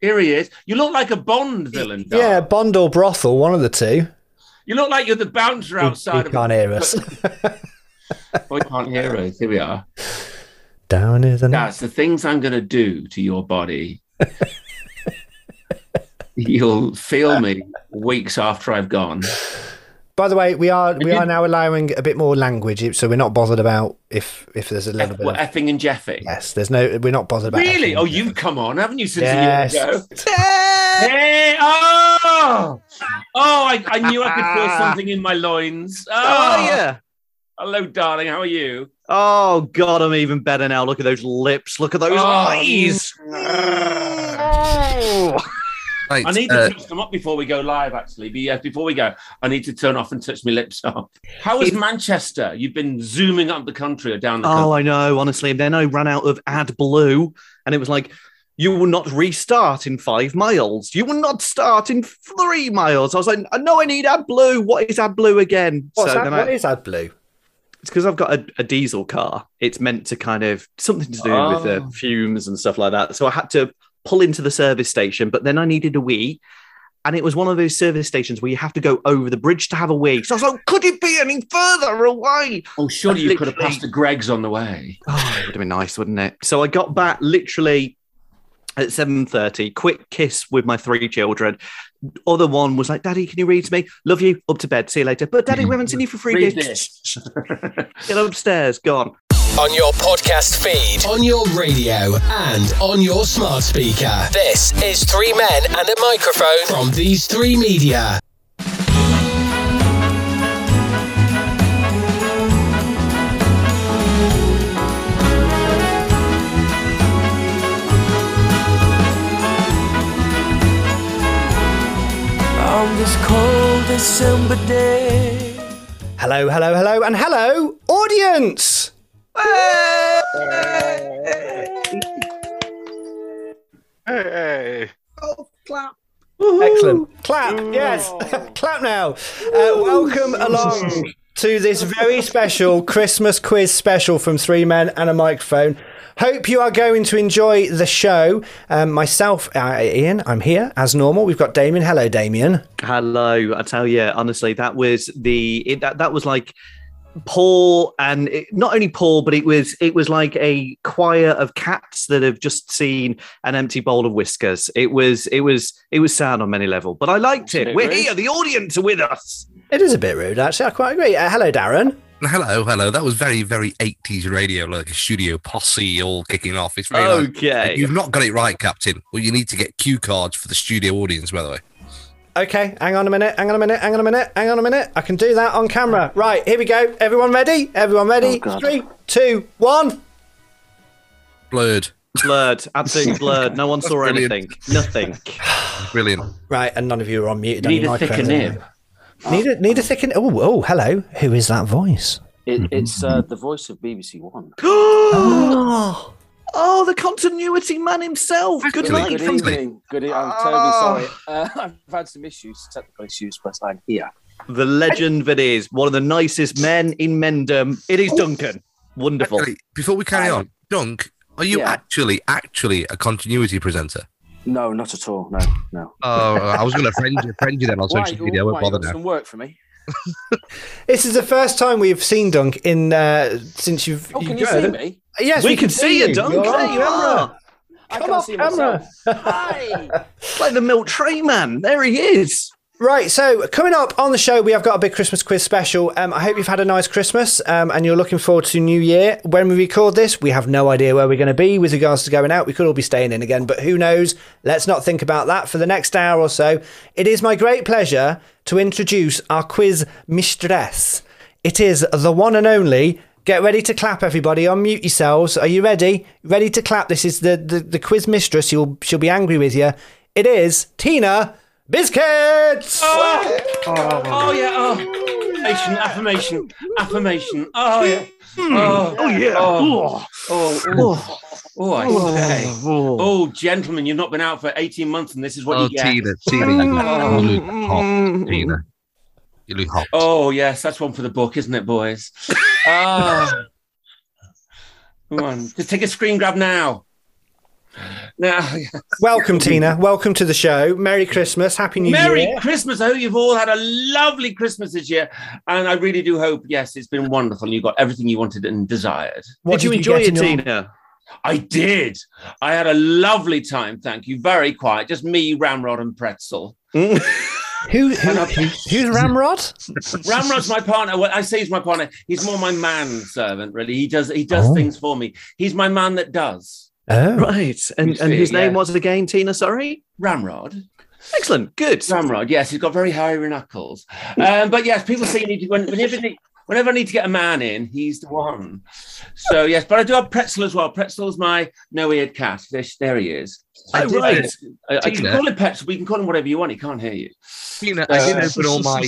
Here he is. You look like a Bond villain. Doc. Yeah, Bond or brothel, one of the two. You look like you're the bouncer outside. He can't of hear us. I can't hear us. Here we are. Down is an That's the things I'm going to do to your body. You'll feel me weeks after I've gone. By the way, we are we did- are now allowing a bit more language, so we're not bothered about if if there's a little bit. Eh, Well, Of, effing and jeffing. yes, there's no. We're not bothered about. Really? effing. Oh, you've come on, haven't you, since Yes. a year ago? Hey, oh, oh! I, I knew I could feel something in my loins. Oh, Oh, yeah. Hello, darling. How are you? Oh, God, I'm even better now. Look at those lips. Look at those Oh, eyes. Right, I need to uh, touch them up before we go live, actually. But yes, before we go, I need to turn off and touch my lips up. How is Manchester? You've been zooming up the country or down the Oh, country? I know, honestly. And then I ran out of AdBlue and it was like, you will not restart in five miles. You will not start in three miles. I was like, no, I need AdBlue. What is AdBlue again? What's so that? then What I, is that blue? it's because I've got a, a diesel car. It's meant to kind of something to do with Oh. the fumes and stuff like that. So I had to pull into the service station, but then I needed a wee. And it was one of those service stations where you have to go over the bridge to have a wee. So I was like, could it be any further away? Oh, surely I've you could have literally- passed the Greg's on the way. Oh, it would have been nice, wouldn't it? So I got back literally at 7.30, quick kiss with my three children. Other one was like, Daddy, can you read to me? Love you. Up to bed. See you later. But Daddy, we haven't seen you for three Read days. this. Get upstairs. Gone. On your podcast feed, on your radio, and on your smart speaker. This is Three Men and a Microphone from These Three Media. On this cold December day, Hello, hello, hello, and hello, audience. Hey. Excellent. Clap. Yes. Clap now. Uh, welcome along to this very special Christmas quiz special from Three Men and a Microphone. Hope you are going to enjoy the show. Um, myself, uh, Ian, I'm here as normal. We've got Damien. Hello, Damien. Hello. I tell you, honestly, that was the, it, that, that was like Paul and it, not only Paul, but it was, it was like a choir of cats that have just seen an empty bowl of whiskers. It was, it was, it was sad on many level, but I liked it. We're here. The audience are with us. It is a bit rude, actually. I quite agree. Uh, hello, Darren. hello, hello. That was very, very 80s radio, like a studio posse all kicking off. It's very nice. Okay. You've not got it right, Captain. Well, you need to get cue cards for the studio audience, by the way. Okay, hang on a minute, hang on a minute, hang on a minute, hang on a minute. I can do that on camera. Right, here we go. Everyone ready? Everyone ready? Three, two, one. Blurred. blurred, absolutely blurred. No one saw Brilliant. anything. Nothing. Brilliant. Right, and none of you are unmuted. You on need your a microphones, thicker anyway. nib. Need a need a thicken. Oh, oh, hello. Who is that voice? It, Mm-hmm, it's uh, the voice of BBC One. oh, Oh, the continuity man himself. Good Really? night Good from evening. Good e- I'm terribly sorry. Uh, I've had some issues, technical issues, but I'm here. the legend that is one of the nicest men in Mendham. It is Duncan. Wonderful. Actually, before we carry on, Dunk, are you Yeah. actually, actually a continuity presenter? No, not at all. No, no. Oh, I was going to friend you, friend you then on Why? social media. I Why? won't You bother got now. Some work for me. this is the first time we've seen Dunk in uh, since you've. Oh, can you see me? Yes, we, can see you, Duncan. You're on There you are. I Come can't off see camera. myself. Hi. It's like the milk tray man. There he is. Right, so coming up on the show, we have got a big Christmas quiz special. Um, I hope you've had a nice Christmas um, and you're looking forward to New Year. When we record this, we have no idea where we're going to be with regards to going out. We could all be staying in again, but who knows? Let's not think about that for the next hour or so. It is my great pleasure to introduce our quiz mistress. It is the one and only. Get ready to clap, everybody. Unmute yourselves. Are you ready? Ready to clap? This is the, the, the quiz mistress. You'll, she'll be angry with you. It is Tina Biscuits. Oh, oh yeah. Oh. Affirmation, affirmation, affirmation. Oh yeah. Oh, Oh yeah. Oh. Oh, oh, oh, I say. Oh. Oh, gentlemen, you've not been out for 18 months, and this is what Oh, you get. Tina, Tina, you look hot. Tina, you look hot. Oh, yes, that's one for the book, isn't it, boys? Ah. Come on, just take a screen grab now. Now, Welcome, Tina. Welcome to the show. Merry Christmas. Happy New Merry Year. Christmas. I hope you've all had a lovely Christmas this year. And I really do hope, yes, it's been wonderful. You got everything you wanted and desired. What did you, enjoy get it, in your- Tina? I did. I had a lovely time. Thank you. Very quiet. Just me, Ramrod, and Pretzel. Who, who, who's Ramrod? Ramrod's my partner. Well, I say he's my partner. He's more my man servant, really. He does he does Oh. things for me. He's my man that does. Oh, Right, You and and see, his name yeah. was again Tina. Sorry, Ramrod. excellent, good. Ramrod, yes, he's got very high knuckles. Um, but yes, people say you need to when- whenever, they- whenever I need to get a man in, he's the one. So yes, but I do have Pretzel as well. Pretzel's my no-eared cat. There, she- there he is. Oh, did- uh, right. I, I can Tina. call him Pretzel, but you can call him whatever you want. He can't hear you. You know, I uh, didn't open all my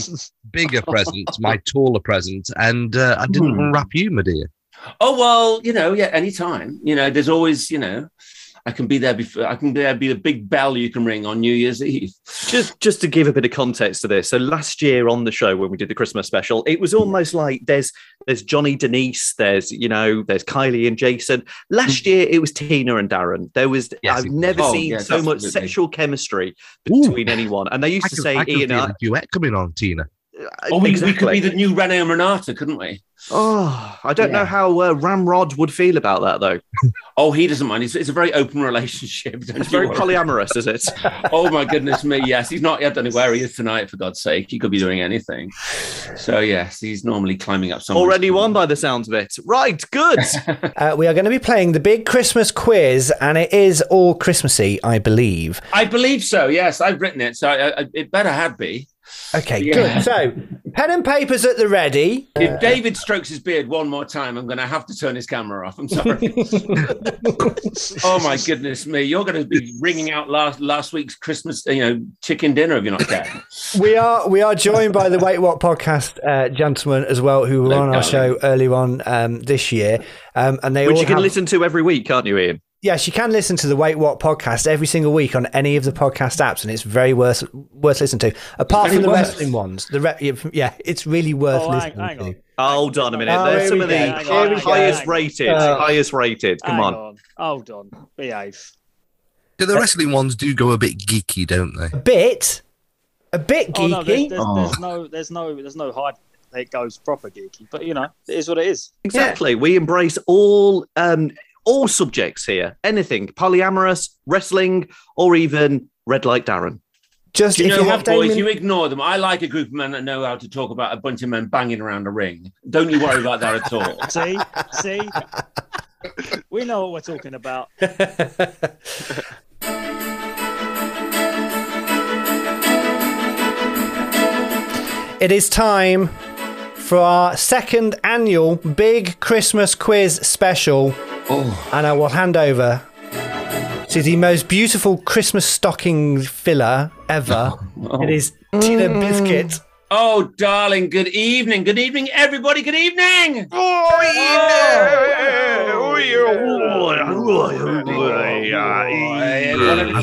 bigger presents, my taller presents, and uh, I didn't Hmm. wrap you, my dear. Oh well, you know, yeah, anytime. You know, there's always, you know, I can be there before. I can be there. Be the big bell you can ring on New Year's Eve. Just just to give a bit of context to this, so last year on the show when we did the Christmas special, it was almost like there's there's Johnny Denise, there's you know there's Kylie and Jason. Last year it was Tina and Darren. There was Yes, I've it never was. Oh, seen yes, so much absolutely. sexual chemistry Ooh. between anyone, and they used I to can, say I can Ian. feel I- a duet coming on, Tina. Or Oh, we, we could exactly. be the new Rene and Renata, couldn't we? Oh, I don't know how uh, Ramrod would feel about that though. Oh, he doesn't mind. It's, it's a very open relationship. Don't It's you very worry. polyamorous, is it? oh my goodness me yes he's not yet done where he is tonight for god's sake he could be doing anything so yes he's normally climbing up somewhere Already won by the sounds of it. Right, good. Uh, we are going to be playing the big Christmas quiz, and it is all Christmassy, I believe. i believe so yes i've written it so I, I, it better had be Okay, Yeah. good. So, pen and papers at the ready. if david strokes his beard one more time i'm going to have to turn his camera off i'm sorry oh my goodness me you're going to be ringing out last last week's christmas uh, you know chicken dinner if you're not careful We are we are joined by the Wait What podcast uh, gentlemen as well, who were Hello, on our darling. show earlier on um, this year, um, and they Which all you can have- listen to every week, can't you, Ian? Yes, you can listen to the Wait What podcast every single week on any of the podcast apps, and it's very worth worth listening to. Apart Very from the worth. wrestling ones, the re- yeah, it's really worth Oh, hang- listening hang to. on. Hold on a minute. Oh, There's here some we of the go, here we go. highest rated. Uh, highest rated. Come Hang on. Hold on. Behave. The Uh, wrestling ones do go a bit geeky, don't they? A bit, a bit Oh, no, there's, geeky. there's, there's no, there's no, there's no hiding. it. It goes proper geeky, but you know, it is what it is. Exactly. We embrace all um all subjects here. Anything. Polyamorous, wrestling, or even red light Darren. Just Do you if know you have what, boys? Damien- You ignore them. I like a group of men that know how to talk about a bunch of men banging around a ring. Don't you worry about that at all. See, see, we know what we're talking about. It is time for our second annual Big Christmas Quiz Special. And I will hand over to the most beautiful Christmas stocking filler ever. It is Tina Biscuit. Oh, darling, good evening. Good evening, everybody. Good evening. One at a I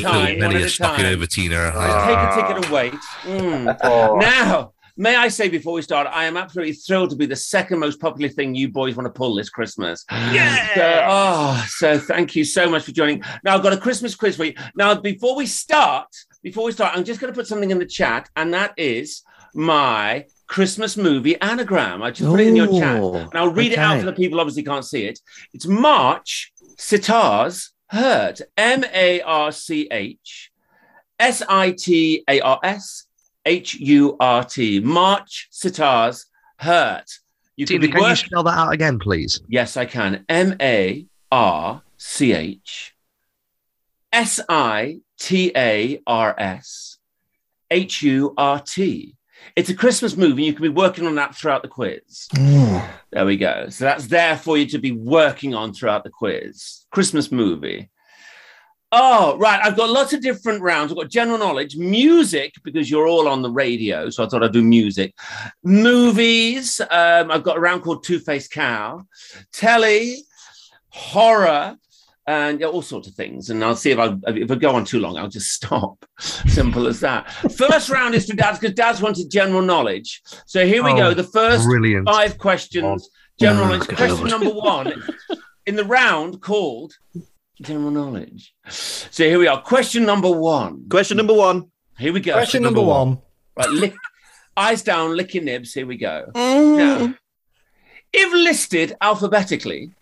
time. feel One many at a a stocking time. over Tina. Just I- Take a ticket and wait. Mm. Now, may I say before we start, I am absolutely thrilled to be the second most popular thing you boys want to pull this Christmas. So, oh, so thank you so much for joining. Now, I've got a Christmas quiz for you. Now, before we start, before we start, I'm just going to put something in the chat, and that is my Christmas movie anagram. I just put it in your chat, Ooh, and I'll read it out okay. for the people obviously can't see it. It's March Sitars Hurt, M A R C H S I T A R S H U R T. March Sitars Hurt. You Tina, be can you work- spell that out again, please? Yes, I can. M A R C H S I T A R S H U R T. It's a Christmas movie. and You can be working on that throughout the quiz. There we go. So that's there for you to be working on throughout the quiz. Christmas movie. Oh, right. I've got lots of different rounds. I've got general knowledge, music, because you're all on the radio. So I thought I'd do music. Movies. Um, I've got a round called Two Faced Cow telly, horror, and all sorts of things. And I'll see if I if I go on too long, I'll just stop. Simple as that. First round is to Dad's because Dad's wanted general knowledge. So here we Oh, go. The first Brilliant. five questions. General knowledge. God. Question number one in the round called General knowledge. So here we are. Question number one. Question number one. Here we go. Question number number one. Right, lick, eyes down, licking nibs. Here we go. Mm. Now, if listed alphabetically,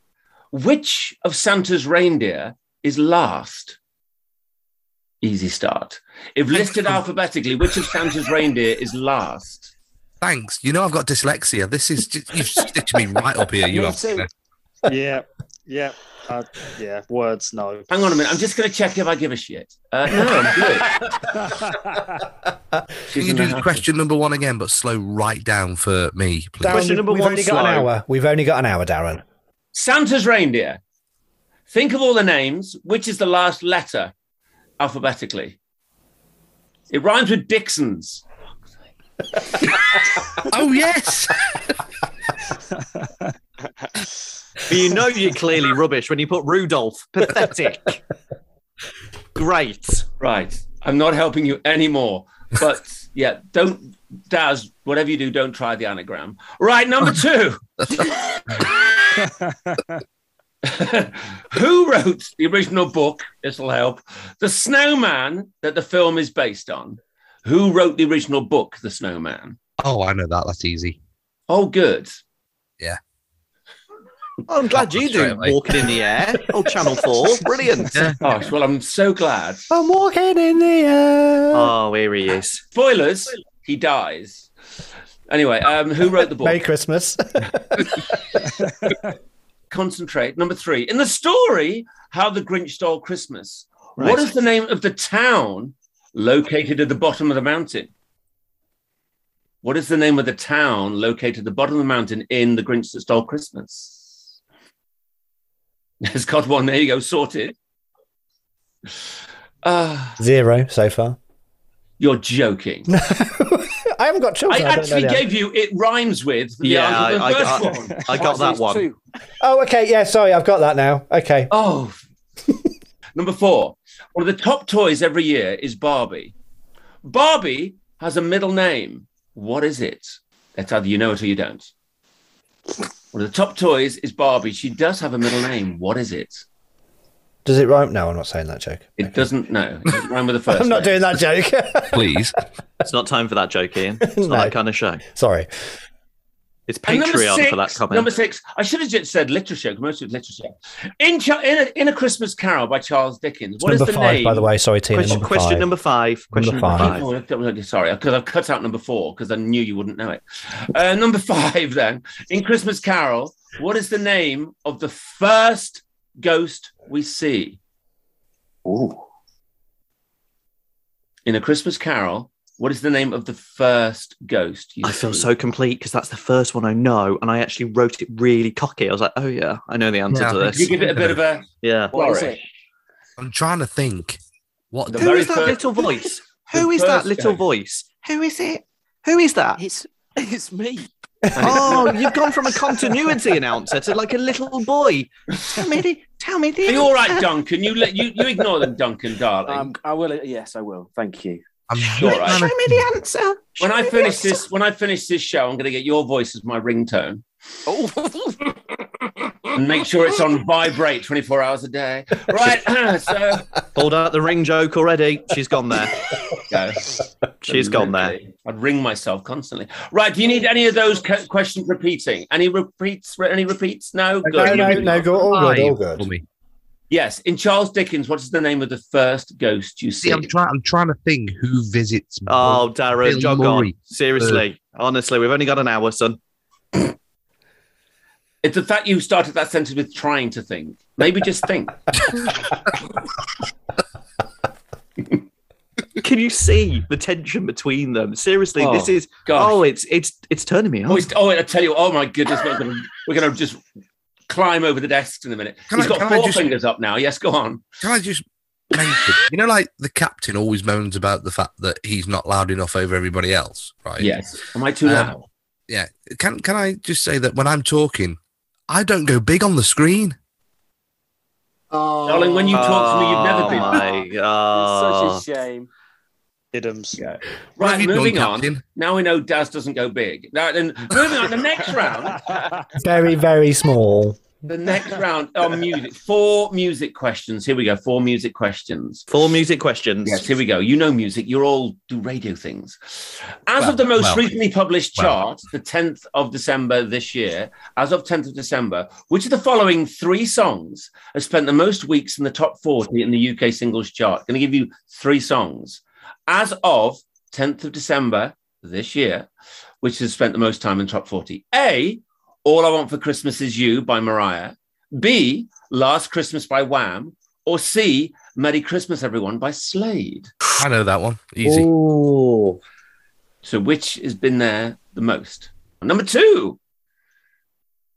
which of Santa's reindeer is last? Easy start. If listed alphabetically, which of Santa's reindeer is last? Thanks. You know I've got dyslexia. This is just, you've stitched me right up here. You Me have. too. yeah, yeah, uh, yeah. Words, no. Hang on a minute. I'm just going to check if I give a shit. Uh, no, I'm good. Can She's you in the do house. question number one again, but slow right down for me, please? Darren, Question number we've one, only got an slow. hour. We've only got an hour, Darren. Santa's reindeer. Think of all the names. Which is the last letter alphabetically? It rhymes with Dixon's. Oh yes. But you know you're clearly rubbish when you put Rudolph. Pathetic. Great. Right. I'm not helping you anymore. But yeah, don't, Daz, whatever you do, don't try the anagram. Right. Number two. Who wrote the original book? This will help. The Snowman that the film is based on. Who wrote the original book, The Snowman? Oh, I know that. That's easy. Oh, good. Oh, I'm glad you do. Straight away. Walking in the air. Oh, Channel 4. Brilliant. Gosh, well, I'm so glad. I'm walking in the air. Oh, here he is. Spoilers, he dies. Anyway, um, who wrote the book? Merry Christmas. Concentrate. Number three. In the story, How the Grinch Stole Christmas, what is the name of the town located at the bottom of the mountain? What is the name of the town located at the bottom of the mountain in The Grinch That Stole Christmas? There's got one. There you go. Sorted. Ah, Zero so far. you're joking. I haven't got I children. I don't know actually the answer. gave you it rhymes with the Yeah, answer to the I- I- first I- one. I got that one. Two. Oh, okay. Yeah, sorry. I've got that now. Okay. Oh. Number four. One of the top toys every year is Barbie. Barbie has a middle name. What is it? That's either you know it or you don't. One of the top toys is Barbie. She does have a middle name. What is it? Does it rhyme? No, I'm not saying that joke. It doesn't know. It doesn't rhyme with the first. I'm not name. doing that joke. Please. It's not time for that joke, Ian. It's No. not that kind of show. sorry. It's And number Patreon six- for that comment. Number six, I should have just said literature. 'cause Most of it's literature. In, Cha- in, a, in a Christmas Carol by Charles Dickens. What is number the five, name? by the way. Sorry, Tina. question number question five. number five. Question Number number five. five. Oh, I've got- sorry, because I've cut out number four because I knew you wouldn't know it. Uh, number five, then. In Christmas Carol, what is the name of the first ghost we see? Ooh. In a Christmas Carol, what is the name of the first ghost? You I feel see? so complete because that's the first one I know, and I actually wrote it really cocky. I was like, "Oh yeah, I know the answer Yeah, to I think You this." give it a bit of a Yeah. What is flourish. it? I'm trying to think. What? The Who very is that first- little voice? the Who is that first little guy. voice? Who is it? Who is that? It's it's me. Oh, you've gone from a continuity announcer to like a little boy. Tell me, the, tell me the. Are you all right, answer. Duncan? You let you, you ignore them, Duncan, darling. Um, I will. Yes, I will. Thank you. I'm You're right. Show me the answer. when Show I me the finish answer. this, when I finish this show, I'm going to get your voice as my ringtone Oh, and make sure it's on vibrate 24 hours a day. Right. so Pulled out the ring joke already. She's gone there. go. She's gone there. Absolutely. I'd ring myself constantly. Right. Do you need any of those ca- questions repeating? Any repeats? re- Any repeats? No. No, Good. no, no. Go, all good. All Five. Tell good. me. Yes. In Charles Dickens, what is the name of the first ghost you see? See, I'm trying. I'm trying to think who visits. Oh, Darren, Bill jog on. Murray. Seriously, honestly, we've only got an hour, son. it's the fact you started that sentence with trying to think. Maybe just think. Can you see the tension between them? Seriously, this Oh, is gosh. oh, it's it's it's turning me Oh, on. it's, oh, I tell you, oh my goodness, we're going we're gonna just climb over the desks in a minute. Can He's I- got can I four just- fingers up now. Yes, go on. Can I just mention? you know, like the captain always moans about the fact that he's not loud enough over everybody else, right? Yes. Am I too Um, loud? Yeah. Can Can I just say that when I'm talking, I don't go big on the screen. Darling, when you talk to me, you've never Oh, been. my Uh, God. such a shame. Diddums. Yeah. What have Right, you done, moving on. Captain? Now we know Daz doesn't go big. Now, then, moving on, the next round. Very, very small. The next round on music. Four music questions. Here we go. Four music questions. Four music questions. Yes, here we go. You know music. You're all do radio things. As Well, of the most well, recently published well. chart, the 10th of December this year, as of 10th of December, which of the following three songs has spent the most weeks in the top 40 in the UK singles chart? Going to give you three songs. As of 10th of December this year, which has spent the most time in top 40? A, All I Want for Christmas Is You by Mariah. B, Last Christmas by Wham. Or C, Merry Christmas Everyone by Slade. I know that one. Easy. Ooh. So which has been there the most? Number two.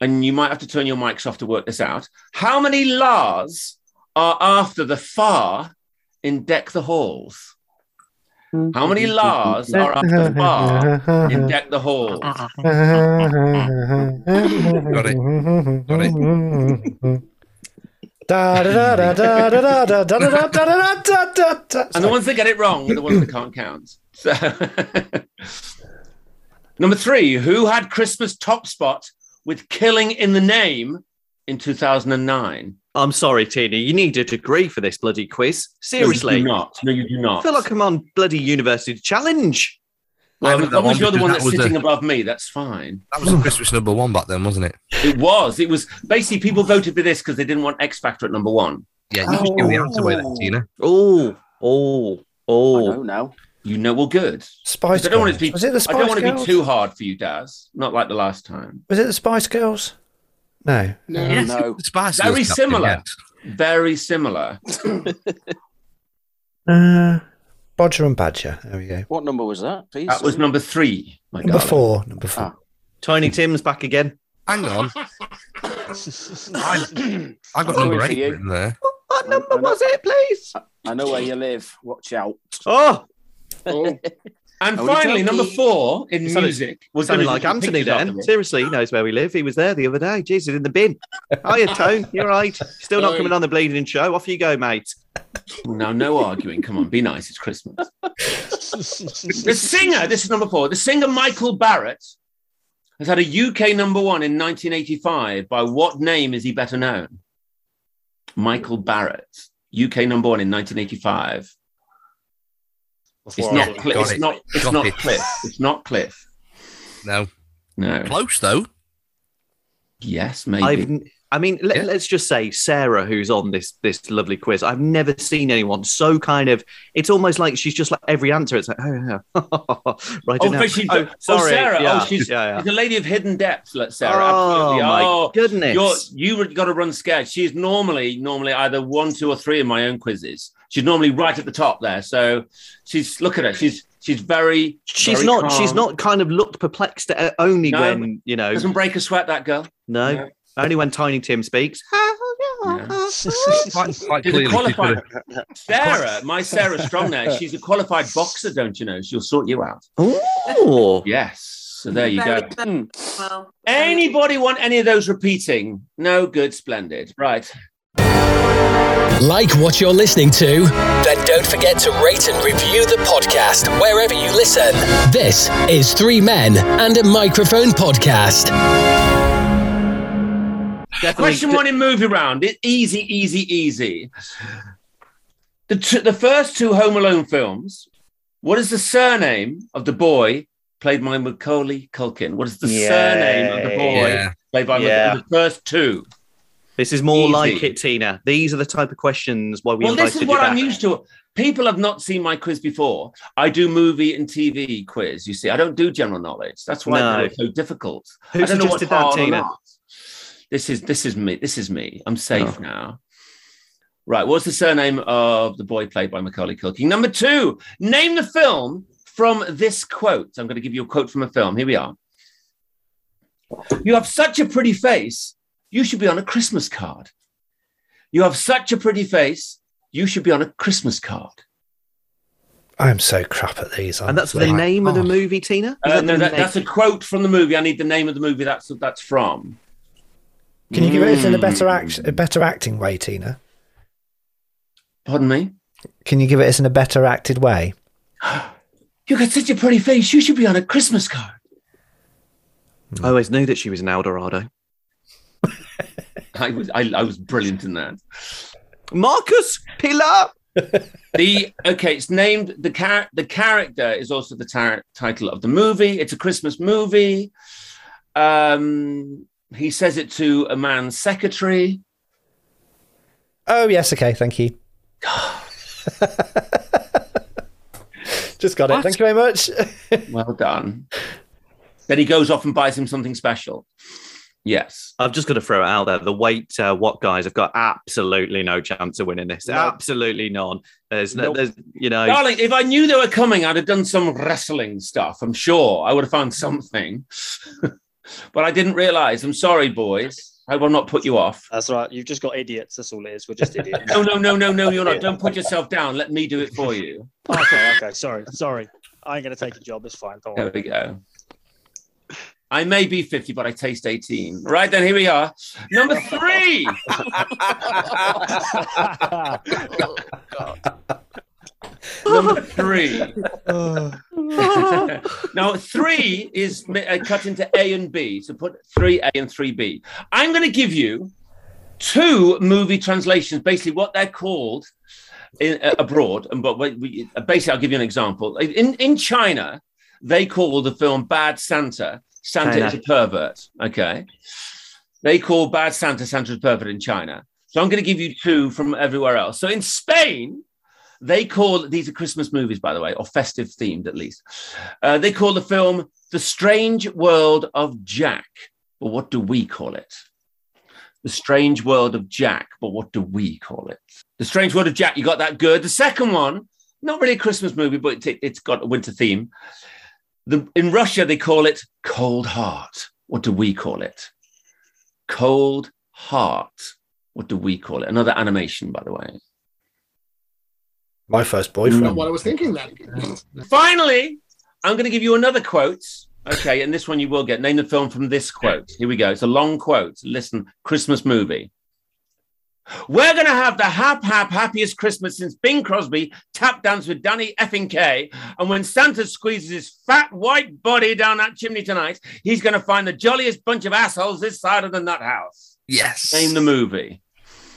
And you might have to turn your mics off to work this out. How many Lars are after the far in Deck the Halls? How many Lars are after the far in Deck the Halls? Got it. Got it. Da da da da da da da da da da da da da da da. And the ones that get it wrong are the ones that can't count. So number three, who had Christmas top spot with killing in the name in 2009? I'm sorry, Tina. You need a degree for this bloody quiz. Seriously. No, you do not. No, you do not. I feel like I'm on bloody university challenge. Well, I know as that long one as you're the because one that that's was sitting a- above me, that's fine. That was a Christmas number one back then, wasn't it? It was. It was basically people voted for this because they didn't want X Factor at number one. Yeah, you just give the answer away then, Tina. Oh, oh, I know oh. now. You know, well, good. Spice 'Cause I don't want it Girls. to be. Was it the I don't Spice want to be Girls? too hard for you, Daz. Not like the last time. Was it the Spice Girls? No. No, no. Spice Very Girls, Captain, similar. yes. Very similar. Uh, Bodger and Badger. There we go. What number was that? Please. That was number three. My Number darling. four. Number four. Tiny Tim's back again. Hang on. I, I got number Going for eight you. written there. What number was it, please? I know where you live. Watch out. Oh, And Are we finally, joking? number four in It sounded- music was sounding gonna like be Anthony pictures then. of it. Seriously, he knows where we live. He was there the other day. Jesus, in the bin. Hiya, Tone. You're right. Still not Oi. coming on the bleeding show. Off you go, mate. Now, no arguing. Come on, be nice. It's Christmas. the singer, this is number four. The singer Michael Barrett has had a UK number one in 1985. By what name is he better known? Michael Barrett, UK number one in 1985. It's Before I not. was- Cli- Got it's it. not. It's Got not it. Cliff. It's not Cliff. No. No. Close, though. Yes, maybe. I've, I mean, let, Yeah. us just say Sarah, who's on this this lovely quiz. I've never seen anyone so kind of. It's almost like she's just like every answer. It's like, oh, yeah. right. Oh, now. but she's- oh, oh, sorry. Sarah. Oh, Yeah, she's- yeah, yeah. She's a lady of hidden depths, let's Sarah. oh absolutely. my oh, goodness. You're, you were- got to run scared. She's normally normally either one, two, or three in my own quizzes. She's normally right at the top there. So she's look at her. She's she's very she's very not. She's calm. not kind of looked perplexed at, uh, only No. when you know. doesn't break a sweat. That girl. No, No. only when Tiny Tim speaks. No. Quite, quite She's a clearly. she's qualified gonna- Sarah. My Sarah Strong there. She's a qualified boxer, don't you know? She'll sort you out. Oh, Yes. So there you Very go. Hmm. good. Well, Anybody want any of those repeating? No. Good. Splendid. Right. Like what you're listening to? Then don't forget to rate and review the podcast wherever you listen. This is Three Men and a Microphone Podcast. definitely. Question one in movie round. It, easy, easy, easy. The, t- the first two Home Alone films. What is the surname of the boy played by Macaulay Culkin? What is the Yeah. surname of the boy Yeah. played by Yeah. Macaulay? The first two. This is more Easy. like it, Tina. These are the type of questions why we well, invited this is you what back. I'm used to. People have not seen my quiz before. I do movie and TV quiz. You see, I don't do general knowledge. That's why No. they're so difficult. Who I don't know what's suggested that, hard or Tina? not. This is this is me. This is me. I'm safe now. Right. What's the surname of the boy played by Macaulay Culkin? Number two. Name the film from this quote. I'm going to give you a quote from a film. Here we are. You have such a pretty face. You should be on a Christmas card. You have such a pretty face. You should be on a Christmas card. I'm so crap at these. And that's the honestly. name of the movie, Tina. Is Uh, that no, the that, name? that's a quote from the movie. I need the name of the movie that's that's from. Can you give it in a better act, Mm. a better acting way, Tina? Pardon me. Can you give it us in a better acted way? You got such a pretty face. You should be on a Christmas card. Oh, I always knew that she was an Eldorado. I was I, I was brilliant in that. Marcus Pilar. The okay, it's named the char- the character is also the tar- title of the movie. It's a Christmas movie. Um, he says it to a man's secretary. Oh yes, okay, thank you. Just got it. What? Thank you very much. Well done. Then he goes off and buys him something special. Yes. I've just got to throw it out there. The wait, uh, what guys? I've got absolutely no chance of winning this. Nope. Absolutely none. There's, no, Nope. there's, you know, Darling, if I knew they were coming, I'd have done some wrestling stuff. I'm sure I would have found something, but I didn't realize. I'm sorry, boys. I will not put you off. That's right. You've just got idiots. That's all it is. We're just idiots. No, no, no, no, no. You're not. Don't put yourself down. Let me do it for you. okay, okay. Sorry, sorry. I ain't gonna take your job. It's fine. Don't There worry. we go. I may be 50, but I taste 18. Right then, here we are. Number three. Number three. now, three is mi- uh, cut into A and B. So put 3A and 3B. I'm going to give you two movie translations, basically what they're called in, uh, abroad. And but we- we, basically, I'll give you an example. In, in China, they call the film Bad Santa. Santa China. is a pervert. Okay. They call Bad Santa Santa's pervert in China. So I'm going to give you two from everywhere else. So in Spain, they call these are Christmas movies, by the way, or festive themed at least. Uh, they call the film The Strange World of Jack. But what do we call it? The Strange World of Jack. But what do we call it? The Strange World of Jack. You got that good. The second one, not really a Christmas movie, but it, it's got a winter theme. The, in Russia, they call it Cold Heart. What do we call it? Cold Heart. What do we call it? Another animation, by the way. My first Not boyfriend. what I was thinking. That again. Finally, I'm going to give you another quote. Okay, and this one you will get. Name the film from this quote. Here we go. It's a long quote. Listen, Christmas movie. We're going to have the hap hap happiest Christmas since Bing Crosby tap danced with Danny effing K. And when Santa squeezes his fat white body down that chimney tonight, he's going to find the jolliest bunch of assholes this side of the nut house. Yes. Name the movie.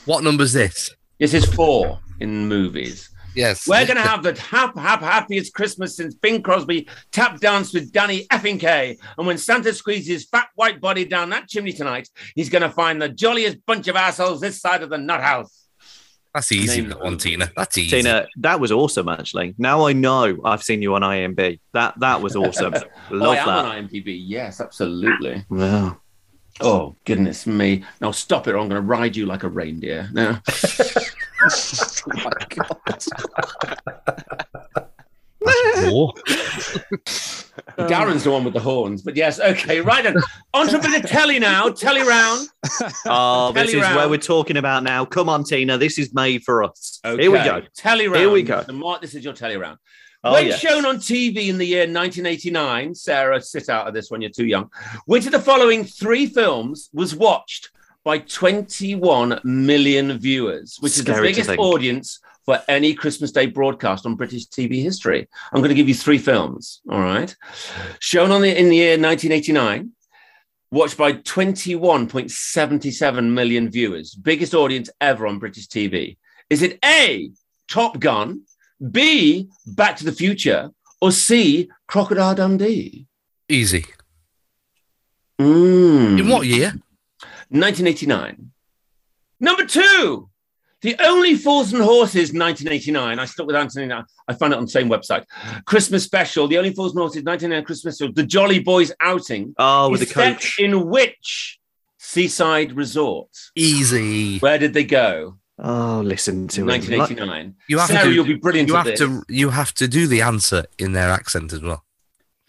What number's this? This is four in movies. Yes. We're going to have the hap hap happiest Christmas since Bing Crosby tap danced with Danny effing K. And when Santa squeezes his fat white body down that chimney tonight, he's going to find the jolliest bunch of assholes this side of the nut house. That's easy. Name That the one, Tina. That's easy. Tina, that was awesome, actually. Now I know I've seen you on IMB. That that was awesome. oh, I Love am that. on IMDb. Yes, absolutely. Wow. Oh goodness me! Now stop it, or I'm going to ride you like a reindeer. Now, War. Darren's the one with the horns, but yes, okay, right then. On to a bit of telly now. Telly round. Oh, this Telly is where round. we're talking about now. Come on, Tina. This is made for us. Here we go. Telly round. we go. So, Mark, this is your telly round. Oh, when yes. shown on TV in the year 1989, Sarah, sit out of this one, you're too young. Which of the following three films was watched by 21 million viewers, which is the Scary to biggest think. audience for any Christmas Day broadcast on British TV history? I'm going to give you three films, all right? Shown on the, in the year 1989, watched by 21.77 million viewers, biggest audience ever on British TV. Is it A, Top Gun? B, Back to the Future, or C, Crocodile Dundee? Easy. Mm. In what year? 1989. Number two, The Only Fools and Horses, 1989. I stuck with Anthony now. I found it on the same website. Christmas Special, The Only Fools and Horses, 1989 Christmas Special, The Jolly Boys Outing. Oh, with the is set coach. In which seaside resort? Easy. Where did they go? Oh, listen to it. Like- 1989. You have Sarah, to. Do, you'll be brilliant you at have this. to. You have to do the answer in their accent as well.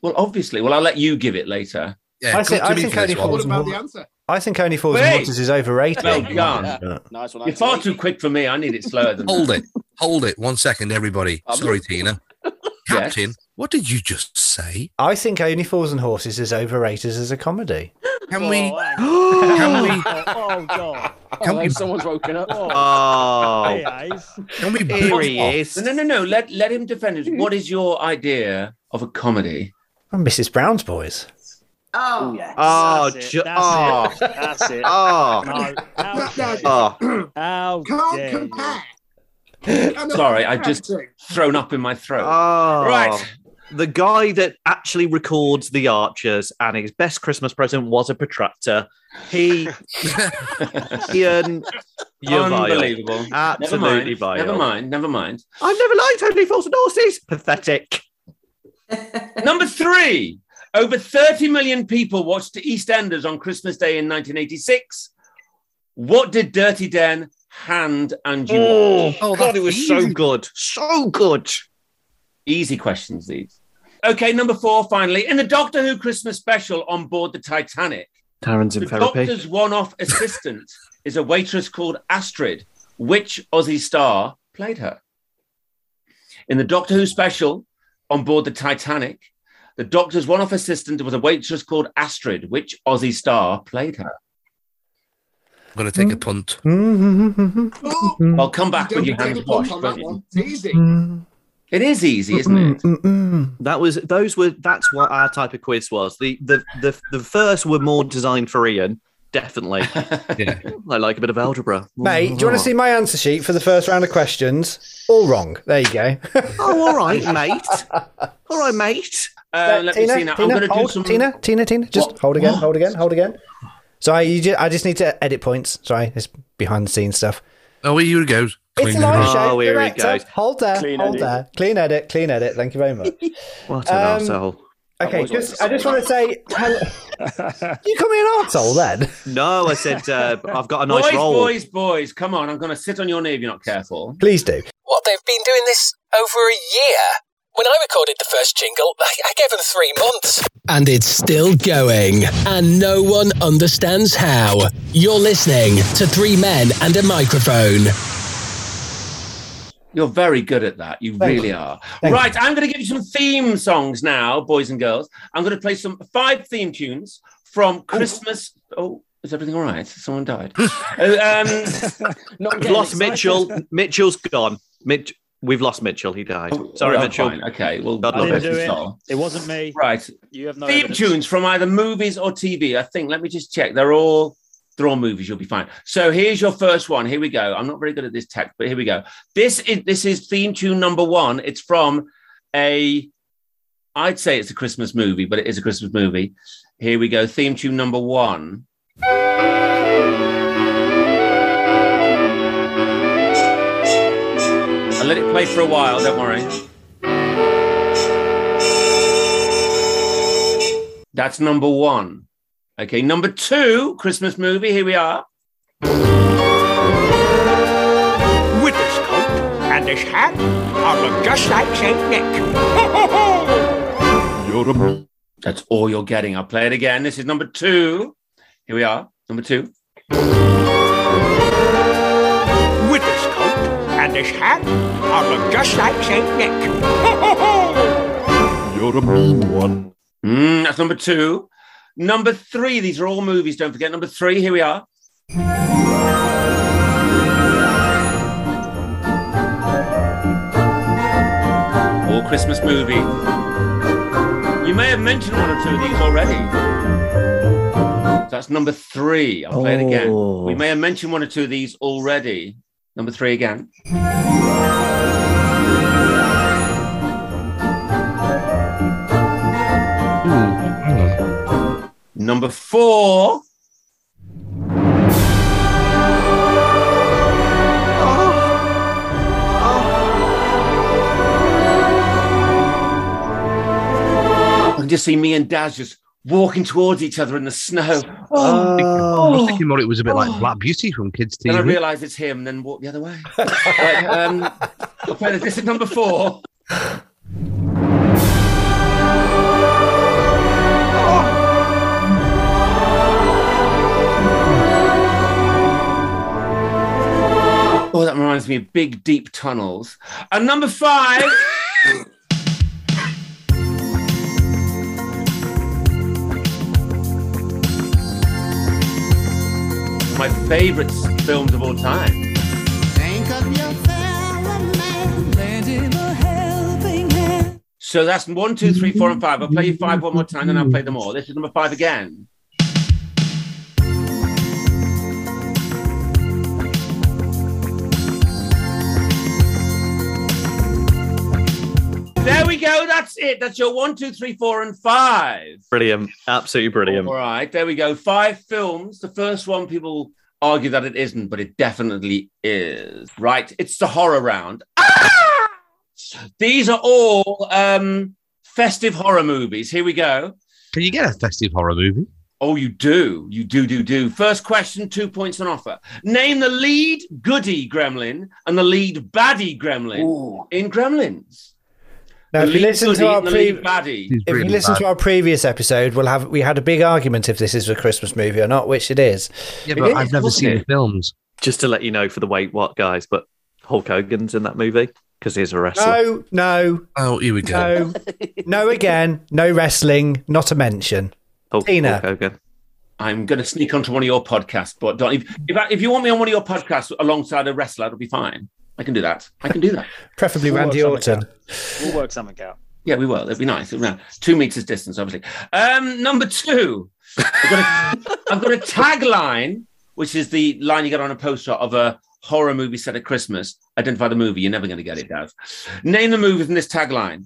Well, obviously. Well, I'll let you give it later. Yeah. I come think- to I me think for this only one. What about the answer? I think Only Fools Wait. and Horses is overrated. Well done. Nice one. You're far too quick for me. I need it slower than that. Hold it. Hold it. One second, everybody. I'm- Sorry, Tina. Yes. Captain, what did you just say? I think Only Fools and Horses is overrated as a comedy. Can we? Oh, hang Can we? on. oh, oh, God. Can we? Someone's woken up. Oh, Behave. Can we? here block he off? is. No, no, no, no. Let let him defend it. What is your idea of a comedy? From Mrs. Brown's Oh, Boys. Oh, yeah. Oh, That's it, ju- that's oh. it, that's it. Oh. No, how dare you. Oh. How Can't dare you. Sorry, I've just thrown up in my throat. Oh, Right. The guy that actually records the Archers and his best Christmas present was a protractor. He, Ian, you're vile. Unbelievable. never absolutely mind, vile. Never mind. Never mind. I've never liked Only Fools and Horses. Pathetic. Number three. Over 30 million people watched EastEnders on Christmas Day in 1986. What did Dirty Den hand and you? Oh, watch? God, it was so good. So good. Easy questions, these. Okay, number four, finally. In the Doctor Who Christmas special on board the Titanic, Taryn's in the therapy. Doctor's one off assistant is a waitress called Astrid. Which Aussie star played her? In the Doctor Who special on board the Titanic, the Doctor's one off assistant was a waitress called Astrid. Which Aussie star played her? I'm going to take a punt. Mm-hmm. Well, come back when your hands washed. won't you? Mm-hmm. It is easy, isn't it? That was those were that's what our type of quiz was. The the the, the first were more designed for Ian, definitely. I like a bit of algebra. Oh. Mate, do you want to see my answer sheet for the first round of questions? All wrong. There you go. Oh, all right, mate. All right, mate. Uh, let me Tina, see now. I'm Tina, going to do hold, some. Tina, Tina, Tina. Just What? hold again, What? hold again, hold again. Sorry, you ju- I just need to edit points. Sorry, it's behind the scenes stuff. Oh, here it goes. It's a live show. Oh, here he director. goes. Hold there, Clean hold edit. there. Clean edit, clean edit. Thank you very much. What Um, an arsehole. Okay, was just, like- I just want to say, hello. you call me an arsehole then? No, I said uh, I've got a nice boys, roll. boys, boys, come on. I'm going to sit on your knee if you're not careful. Please do. What, they've been doing this over a year? When I recorded the first jingle, I I gave them three months. And it's still going, and no one understands how. You're listening to Three Men and a Microphone. You're very good at that. You Thank really you. are. Thank right, I'm going to give you some theme songs now, boys and girls. I'm going to play some five theme tunes from Christmas. Oh, is everything all right? Someone died. Uh, um, We've lost Mitchell. Mitchell's gone. Mitch, we've lost Mitchell. He died. Sorry, Oh, well, Mitchell. fine. Okay, well, God I love didn't him. do it. It wasn't me. Right. You have no theme evidence. tunes from either movies or TV. I think. Let me just check. They're all they're all movies. You'll be fine. So here's your first one. Here we go. I'm not very good at this tech, but here we go. This is this is theme tune number one. It's from a. I'd say it's a Christmas movie, but it is a Christmas movie. Here we go. Theme tune number one. I let it play for a while. Don't worry. That's number one. Okay, number two, Christmas movie. Here we are. With his coat and his hat, I'll look just like Saint Nick. That's all you're getting. I'll play it again. This is number two. Here we are. Number two. With his coat and his hat, I'll look just like Saint Nick. You're a mean one. Mm, that's number two. Number three. These are all movies. Don't forget. Number three. Here we are. All Christmas movie. You may have mentioned one or two of these already. That's number three. I'll play it again. We may have mentioned one or two of these already. Number three again. Number four. I can just see me and Daz just walking towards each other in the snow. I Oh, was thinking more it was a bit Oh. like Black Beauty from Kids Then I TV. realise it's him, then walk the other way. right, um, I'll play this. This is number four. Oh, that reminds me of big, deep tunnels. And number five. My favourite films of all time. So that's one, two, three, four, and five. I'll play you five one more time, then I'll play them all. This is number five again. There we go. That's it. That's your one, two, three, four, and five. Brilliant. Absolutely brilliant. All right, there we go. Five films. The first one, people argue that it isn't, but it definitely is. Right, it's the horror round. Ah! These are all um, festive horror movies. Here we go. Can you get a festive horror movie? Oh, you do. You do, do, do. First question, two points on offer. Name the lead goody gremlin and the lead baddie gremlin in Gremlins. Now, The if you lead listen to goody our and the lead pre- baddie. if you listen to our previous episode, we'll have we had a big argument if this is a Christmas movie or not, which it is. Yeah, but It is, I've never wasn't seen it? the films. Just to let you know for the wait what guys, but Hulk Hogan's in that movie because he's a wrestler. No, no. Oh, here we No, no again. No wrestling. Not a mention. Tina. I'm going to sneak onto one of your podcasts, but don't. If, if, I, if you want me on one of your podcasts alongside a wrestler, that'll be fine. I can do that. I can do that. Preferably We'll Randy work Orton. We'll work something out. Yeah, we will. It'd be nice. It'd be nice. Two meters distance, obviously. Um, number two, I've got, a, I've got a tagline, which is the line you get on a poster of a horror movie set at Christmas. Identify the movie. You're never going to get it, Daz. Name the movie in this tagline.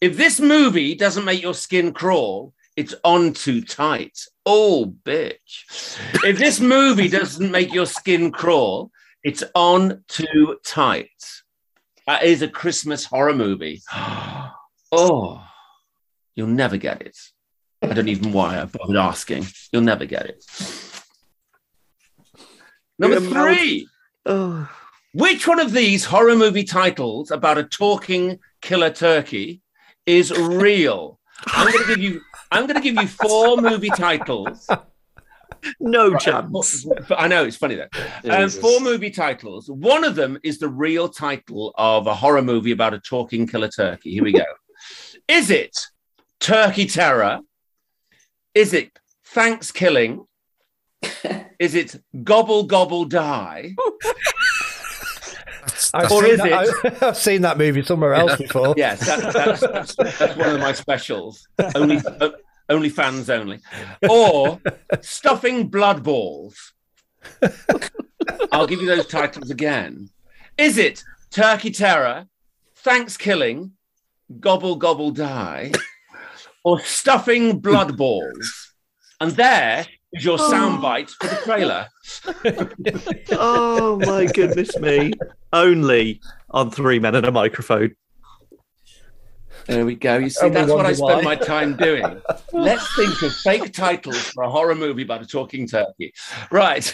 If this movie doesn't make your skin crawl, it's on too tight. Oh, bitch. If this movie doesn't make your skin crawl, it's on too tight. That is a Christmas horror movie. Oh, you'll never get it. I don't even why I bothered asking. You'll never get it. Number You're a mouth- three. Which one of these horror movie titles about a talking killer turkey is real? I'm going to give you. I'm going to give you four movie titles. No chance. I know it's funny though. Um, Jesus. four movie titles. One of them is the real title of a horror movie about a talking killer turkey. Here we go. is it Turkey Terror? Is it Thanks Killing? is it Gobble Gobble Die? I've, Or seen is that, I've seen that movie somewhere else before. Yes, that, that's, that's, that's one of my specials. Only, o- only fans only. Or stuffing blood balls. I'll give you those titles again. Is it Turkey Terror, Thanks Killing, Gobble Gobble Die, or stuffing blood balls? And there is your soundbite for the trailer. oh my goodness me. Only on three men and a microphone. There we go. You See, that's what I spend my time doing. Let's think of fake titles for a horror movie about a talking turkey. Right.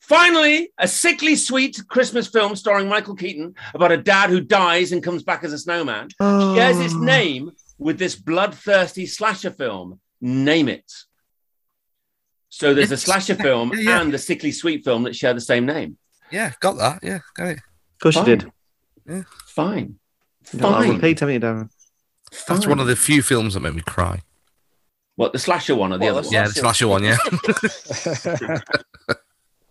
Finally, a sickly sweet Christmas film starring Michael Keaton about a dad who dies and comes back as a snowman shares its Oh. name with this bloodthirsty slasher film. Name it. So there's a slasher film and a sickly sweet film that share the same name. Yeah, got that. Yeah, got it. Of course you Fine. did. Yeah. Fine. I'll Fine. repeat, haven't you, Darren? That's Fine. one of the few films that made me cry. What the slasher one or the Well, other the one? Yeah, the slasher one, yeah.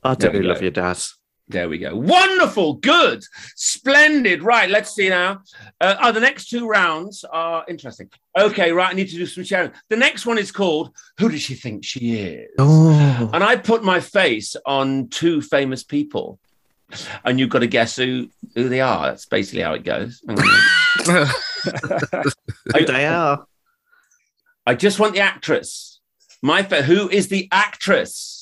I There do we love go. your dad's. There we go. Wonderful. Good. Splendid. Right. Let's see now. Uh, oh, the next two rounds are interesting. Okay. Right. I need to do some sharing. The next one is called Who Does She Think She Is? Oh. And I put my face on two famous people. And you've got to guess who, who they are. That's basically how it goes. Hang on a minute. Who Oh, they are. I just want the actress. My fa- who is the actress?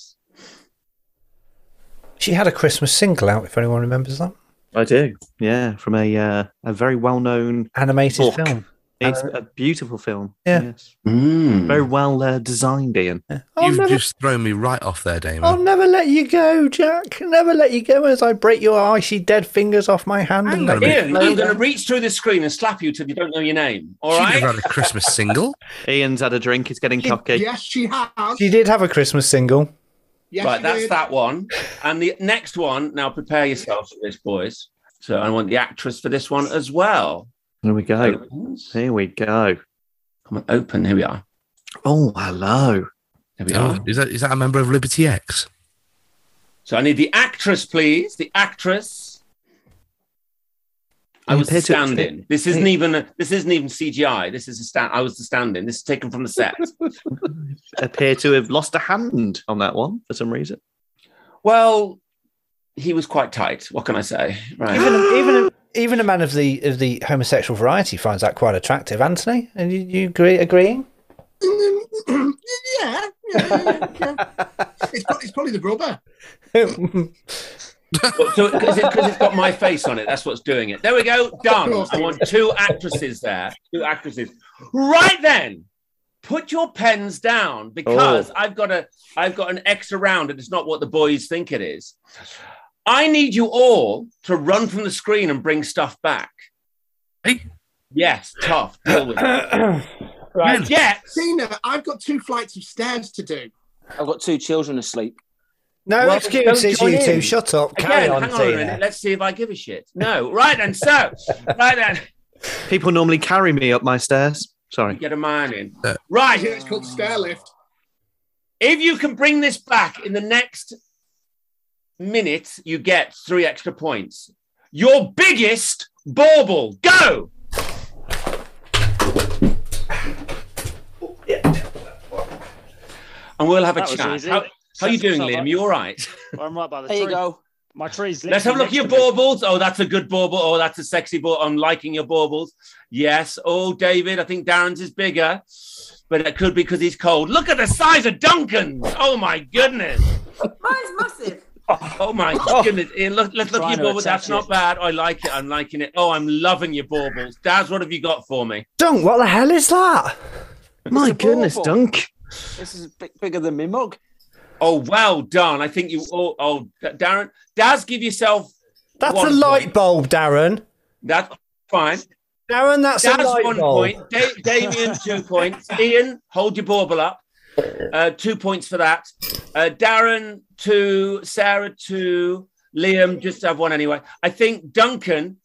She had a Christmas single out, if anyone remembers that. I do. Yeah, from a uh, a very well known Animated film. Uh, It's a beautiful film. Yeah. Yes. Mm. Very well uh, designed, Ian. I'll You've never- just thrown me right off there, Damon. I'll never let you go, Jack. Never let you go as I break your icy dead fingers off my hand. and let you Ian, flow I'm down. going to reach through the screen and slap you till you don't know your name. All She right. never had a Christmas single. Ian's had a drink. He's getting cocky. Yes, she has. She did have a Christmas single. Yes, right, she that's did. that one. And the next one, now prepare yourselves for this, boys. So I want the actress for this one as well. Here we go. Opens. Here we go. Come on, open. Here we are. Oh, hello. Here we Oh, are. is, that, is that a member of Liberty X? So I need the actress, please. The actress. I You was appear to- standing. This isn't even this isn't even CGI. This is a stand. I was the standing. This is taken from the set. appear to have lost a hand on that one for some reason. well, he was quite tight. What can I say? Right. Ah! Even a, even a, even a man of the of the homosexual variety finds that quite attractive, Anthony. And you, you agree, agreeing? yeah, yeah, yeah, yeah. It's, pro- it's probably the rubber. Well, so because it, 'cause it's got my face on it, that's what's doing it. There we go. Done. I want two actresses there. Two actresses. Right then, put your pens down because Oh. I've got a I've got an extra round, and it's not what the boys think it is. I need you all to run from the screen and bring stuff back. Yes, tough. Deal with it. Right. Yeah. Tina, I've got two flights of stairs to do. I've got two children asleep. No Well, don't excuses, join you in. two. Shut up. Carry Again, on, hang on a Tina. minute. Let's see if I give a shit. No. Right then. So, right then. People normally carry me up my stairs. Sorry. Get a mine in. Uh, Right. It's called stair lift. If you can bring this back in the next minute, you get three extra points. Your biggest bauble. Go. And we'll have a That was chat. easy. How, how you doing, Liam? You all right? I'm right by the There tree. you go. My tree's Let's have a look at your baubles. Oh, that's a good bauble. Oh, that's a sexy bauble. I'm liking your baubles. Yes. Oh, David, I think Darren's is bigger, but it could be because he's cold. Look at the size of Duncan's. Oh, my goodness. Mine's massive. Oh, my goodness. Ian, look, let's look at Trying your to baubles. attack That's not bad. I like it. I'm liking it. Oh, I'm loving your baubles. Daz, what have you got for me? Dunk, what the hell is that? My goodness, Dunk. This is big, bigger than me mug. Oh, well done. I think you all. Oh, D- Darren, Daz, give yourself. That's one a light bulb, Darren. That's fine. Darren, that's a light one bulb. point. Da- Damien, two points. Ian, hold your bauble up. Uh, two points for that. Uh, Darren, two. Sarah, two. Liam, just have one anyway. I think Duncan,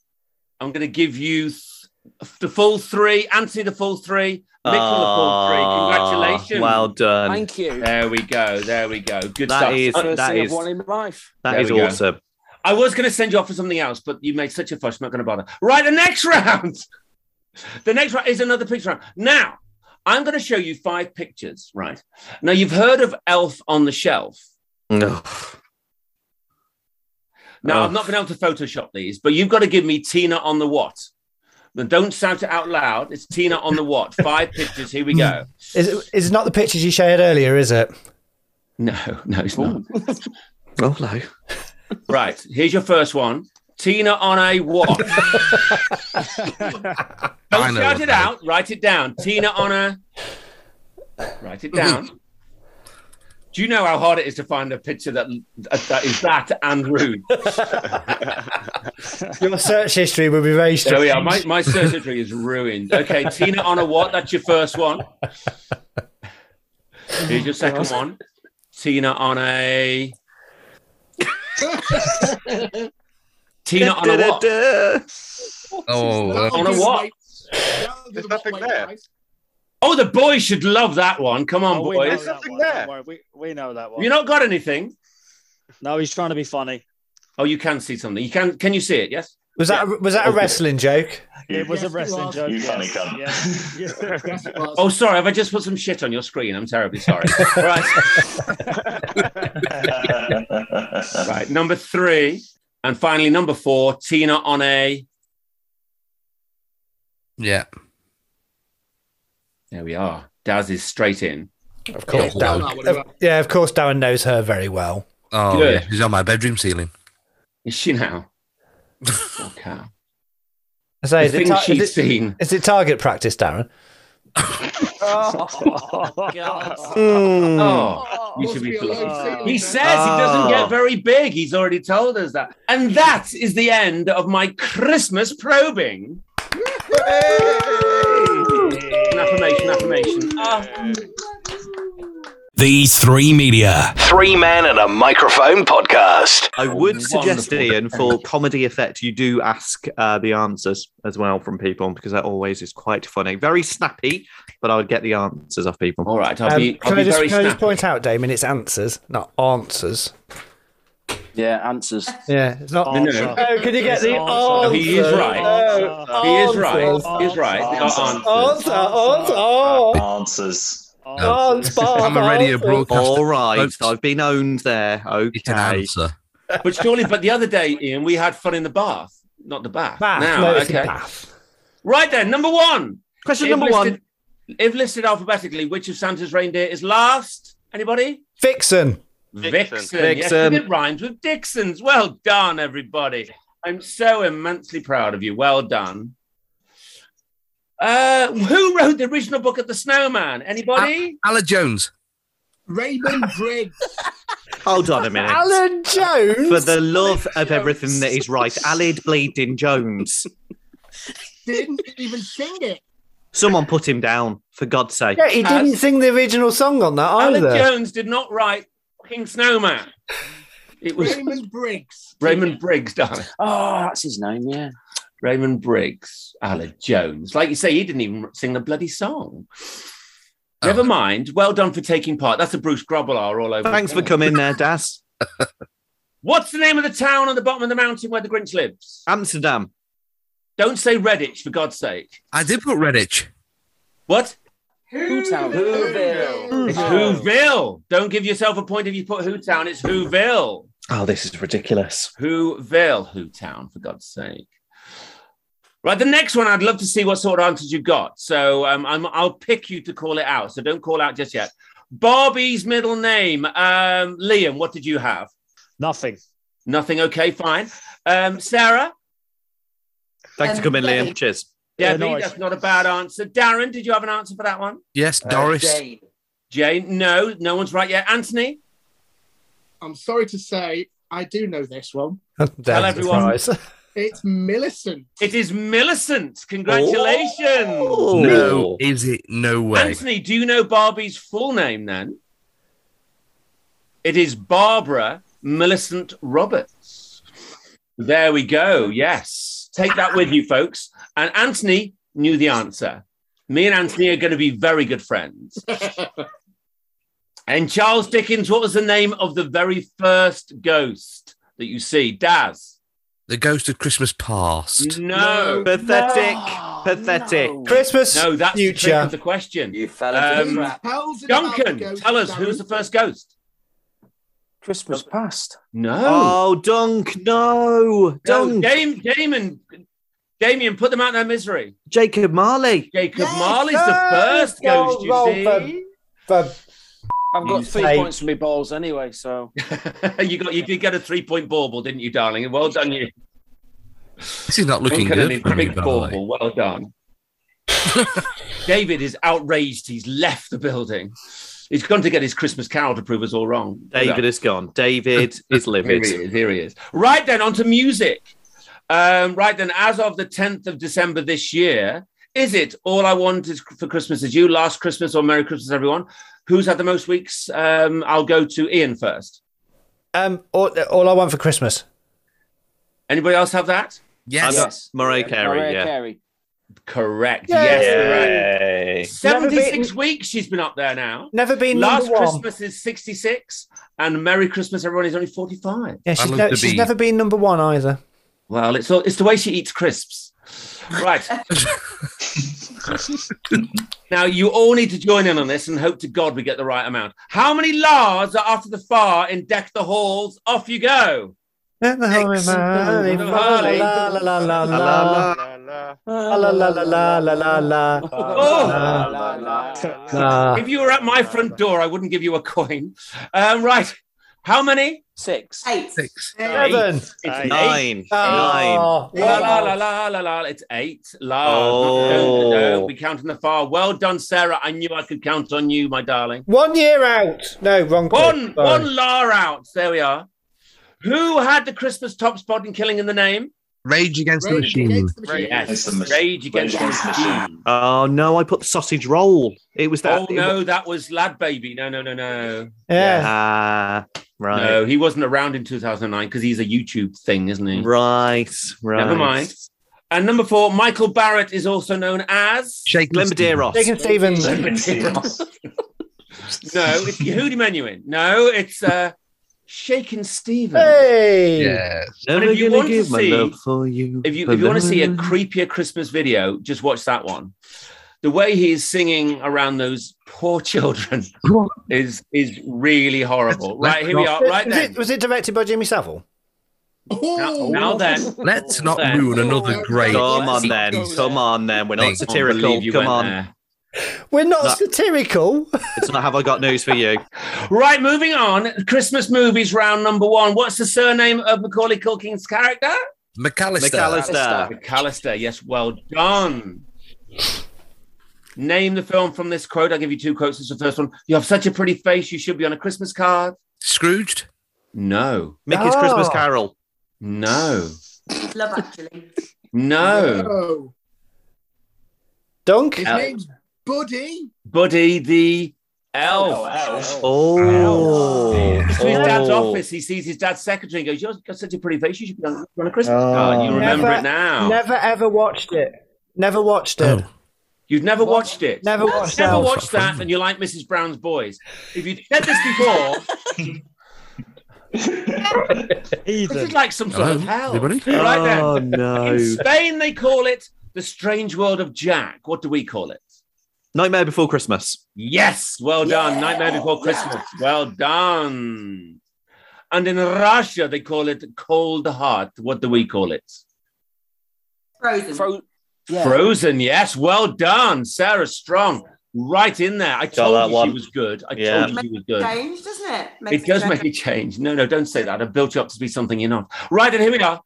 I'm going to give you th- the full three. Anthony, the full three. Mitchell, the full three. Ah, Congratulations. well done. Thank you. There we go. There we go. Good That stuff. is- First that thing I've is- won in my life. That There is we go. awesome. I was going to send you off for something else, but you made such a fuss. I'm not going to bother. Right, the next round. The next round is another picture round. Now, I'm going to show you five pictures. Right. Now, you've heard of Elf on the Shelf. No. Now, Oh. I've not been able to Photoshop these, but you've got to give me Tina on the what. Now, don't shout it out loud. It's Tina on the what. Five pictures. Here we go. Is it, is it not the pictures you shared earlier, is it? No, no, it's not. Oh, no. Right. Here's your first one. Tina on a what? I Don't know shout what it that out. Write it down. Tina on a. Write it down. Do you know how hard it is to find a picture that that is that and rude? Your search history would be very strange. There we are. My, my surgery is ruined. Okay, Tina on a what? That's your first one. Here's your second one. Tina on a. Tina on a what? Oh, on a what? There's nothing there. Oh, the boys should love that one. Come on, Oh, we know boys. that one. Don't worry. We, we know that one. You not got anything? No, he's trying to be funny. Oh, you can see something. You can. Can you see it? Yes. Was that a, was that a Okay. wrestling joke? It was a wrestling joke. You yes. funny cunt. Yeah. Oh, sorry. Have I just put some shit on your screen? I'm terribly sorry. right. right. Number three, and finally number four. Tina on a. Yeah. There we are. Daz is straight in. Of course, Darren. of- yeah, of course, Darren knows her very well. Oh, Good. yeah. He's on my bedroom ceiling. Is she now? okay. I The say, is it thing tar- she's is it- seen. Is it target practice, Darren? Oh, God. Mm. Hmm. Oh, you should be philosophical. He says he doesn't Oh. get very big. He's already told us that. And that is the end of my Christmas probing. An affirmation, affirmation. Ah. These three media. Three men and a microphone podcast. I would suggest, Ian, for comedy effect, you do ask uh, the answers as well from people because that always is quite funny. Very snappy, but I would get the answers off people. All right, Um, can I just, can I just point out, Damon, it's answers, not answers. Yeah, answers. Yeah, it's not. Oh, can you get the No, he is answer? right. Oh. No, He is right. Oh. answers. He is right. Answers. Answer, answer, oh. Answers. Answers, Bob, answers. All right, I've been owned there. Okay. answer. But surely, but the other day, Ian, we had fun in the bath, not the bath. Bath, Now, no, it's the okay. Right then, number one. Question number listed, one. If listed alphabetically, which of Santa's reindeer is last? Anybody? Vixen. Vixen. Yes, Vixen. and it rhymes with Dixon's. Well done, everybody. I'm so immensely proud of you. Well done. Uh, who wrote the original book of the Snowman? Anybody? Alan Jones. Raymond Briggs. Hold on a minute. Alan Jones. For the love of everything that is right, Alid Bleeding Jones. didn't even sing it. Someone put him down, for God's sake. Yeah, he didn't sing the original song on that Alan either. Jones did not write King Snowman. It was Raymond Briggs. Raymond Briggs, darling. Oh, that's his name, yeah. Raymond Briggs, Alan Jones. Like you say, he didn't even sing the bloody song. Never Oh. mind. Well done for taking part. That's a Bruce Grobbelaar all over. Thanks for again. coming there, Das. What's the name of the town on the bottom of the mountain where the Grinch lives? Amsterdam. Don't say Redditch, for God's sake. I did put Redditch. What? Hootown. Whoville. It's Whoville. Don't give yourself a point if you put Hootown. It's Whoville. Oh, this is ridiculous. Whoville, Hootown, for God's sake. Right, the next one, I'd love to see what sort of answers you got. So um, I'm, I'll pick you to call it out. So don't call out just yet. Barbie's middle name, um, Liam, what did you have? Nothing. Nothing. Okay, fine. Um, Sarah? Thanks for Um, coming, Debbie. Liam. Cheers. Debbie, Illinois. that's not a bad answer. Darren, did you have an answer for that one? Yes, Doris. Jane, no, no one's right yet. Anthony, I'm sorry to say, I do know this one. tell everyone. It's Millicent. It is Millicent. Congratulations. No, is it? No way. Anthony, do you know Barbie's full name then? It is Barbara Millicent Roberts. There we go. Yes. Take that with you, folks. And Anthony knew the answer. Me and Anthony are going to be very good friends. and Charles Dickens, what was the name of the very first ghost that you see? Daz. The Ghost of Christmas Past. No. Pathetic. Pathetic. Christmas. No, that's the trick future. of the question. You fell into Um, the trap. Duncan, tell us who was the first ghost? Christmas past. No. Oh, Dunk. No. No, Dunk. Dam- Damon, Damien, put them out of their misery. Jacob Marley. Jacob Marley's the first ghost, you see. I've got You three say- points from my balls anyway, so you got, you did get a three-point bauble, didn't you, darling? Well done, you. This is not looking Duncan and his good. Big Grammy Barley. bauble. Well done. David is outraged. He's left the building. He's gone to get his Christmas carol to prove us all wrong. David is gone. David is livid. Here he is. Here he is. Right then, on to music. Um, right then, as of the 10th of December this year, is it All I Want is for Christmas Is You, Last Christmas, or Merry Christmas, everyone? Who's had the most weeks? Um, I'll go to Ian first. Um, all, all I want for Christmas. Anybody else have that? Yes. uh, Yes. Mariah Carey, Mariah yeah. Carey. Correct. Yay. Yes. correct. Never 76 weeks she's been up there now. Never been Last number one. Christmas is 66, and Merry Christmas, everyone, is only 45. Yeah, she's, ne- she's never been number one either. Well, it's all, it's the way she eats crisps. Right. now you all need to join in on this and hope to God we get the right amount. How many Lars are after the far in deck the halls? Off you go. La la la la la la la. La la la la la la la. La. If you were at my front door, I wouldn't give you a coin. Um, right. How many? Six. Eight. Six. Seven. It's eight. Nine. La Oh. la la la la la. It's eight. La. Oh. We count in the far. Well done, Sarah. I knew I could count on you, my darling. One year out. No, wrong. clue. One, Sorry. one Lar out. There we are. Who had the Christmas top spot in Killing in the Name? Rage Against the Machine. Hmm. Yes, Rage Against the Machine. Oh no, I put sausage roll. It was that. Oh no, that was Lad Baby. No, no, no, no. Yeah. Ah, right. No, he wasn't around in 2009 because he's a YouTube thing, isn't he? Right, right. Never mind. And number four, Michael Barrett is also known as Shaken Limbaderos. Shaken Stevens. Limbaderos. no, it's Yehudi Menuhin. No, it's uh, Shaking Stevens. Hey! And Never if you gonna want to give my see- love for you. If you but if you want to see a never- creepier Christmas video, just watch that one. The way he's singing around those poor children is is really horrible. Right, here we are. Right was, then. it, was it directed by Jimmy Savile? Now, now then, Let's not then. ruin another great. Come on then, come on then. We're not Nick, I can't satirical. believe you Come went on. there. We're not That- satirical. It's not have I got news for you. Right, moving on. Christmas movies round number one. What's the surname of Macaulay Culkin's character? McAllister. McAllister. McAllister. Yes, well done. Name the film from this quote. I'll give you two quotes. It's the first one. You have such a pretty face. You should be on a Christmas card. Scrooged. No. Mickey's Oh. Ah. Christmas Carol. No. Love Actually. No. Dunk. His name's Buddy. Buddy the elf. Oh. He's to his dad's Oh. office. He sees his dad's secretary and goes, You've got such a pretty face. You should be on, on a Christmas Oh. card. You remember Never- it now. Never ever watched it. Never watched Oh. it. You've never watched it. Never watched Never that. watched that, and you like Mrs. Brown's Boys. If you said this before, this is like some sort of Um, hell. Right then. Oh no. In Spain, they call it the strange world of Jack. What do we call it? Nightmare Before Christmas. Yes, well done. Nightmare Before Christmas. Well done. And in Russia, they call it cold heart. What do we call it? Frozen. Frozen. Yes, well done, Sarah Strong. Right in there. I told that you she one. was good. I Yeah. told you she was good. Change, doesn't it? it does make a change. No, no, don't say that. I built you up to be something you're not. Right, and here we are.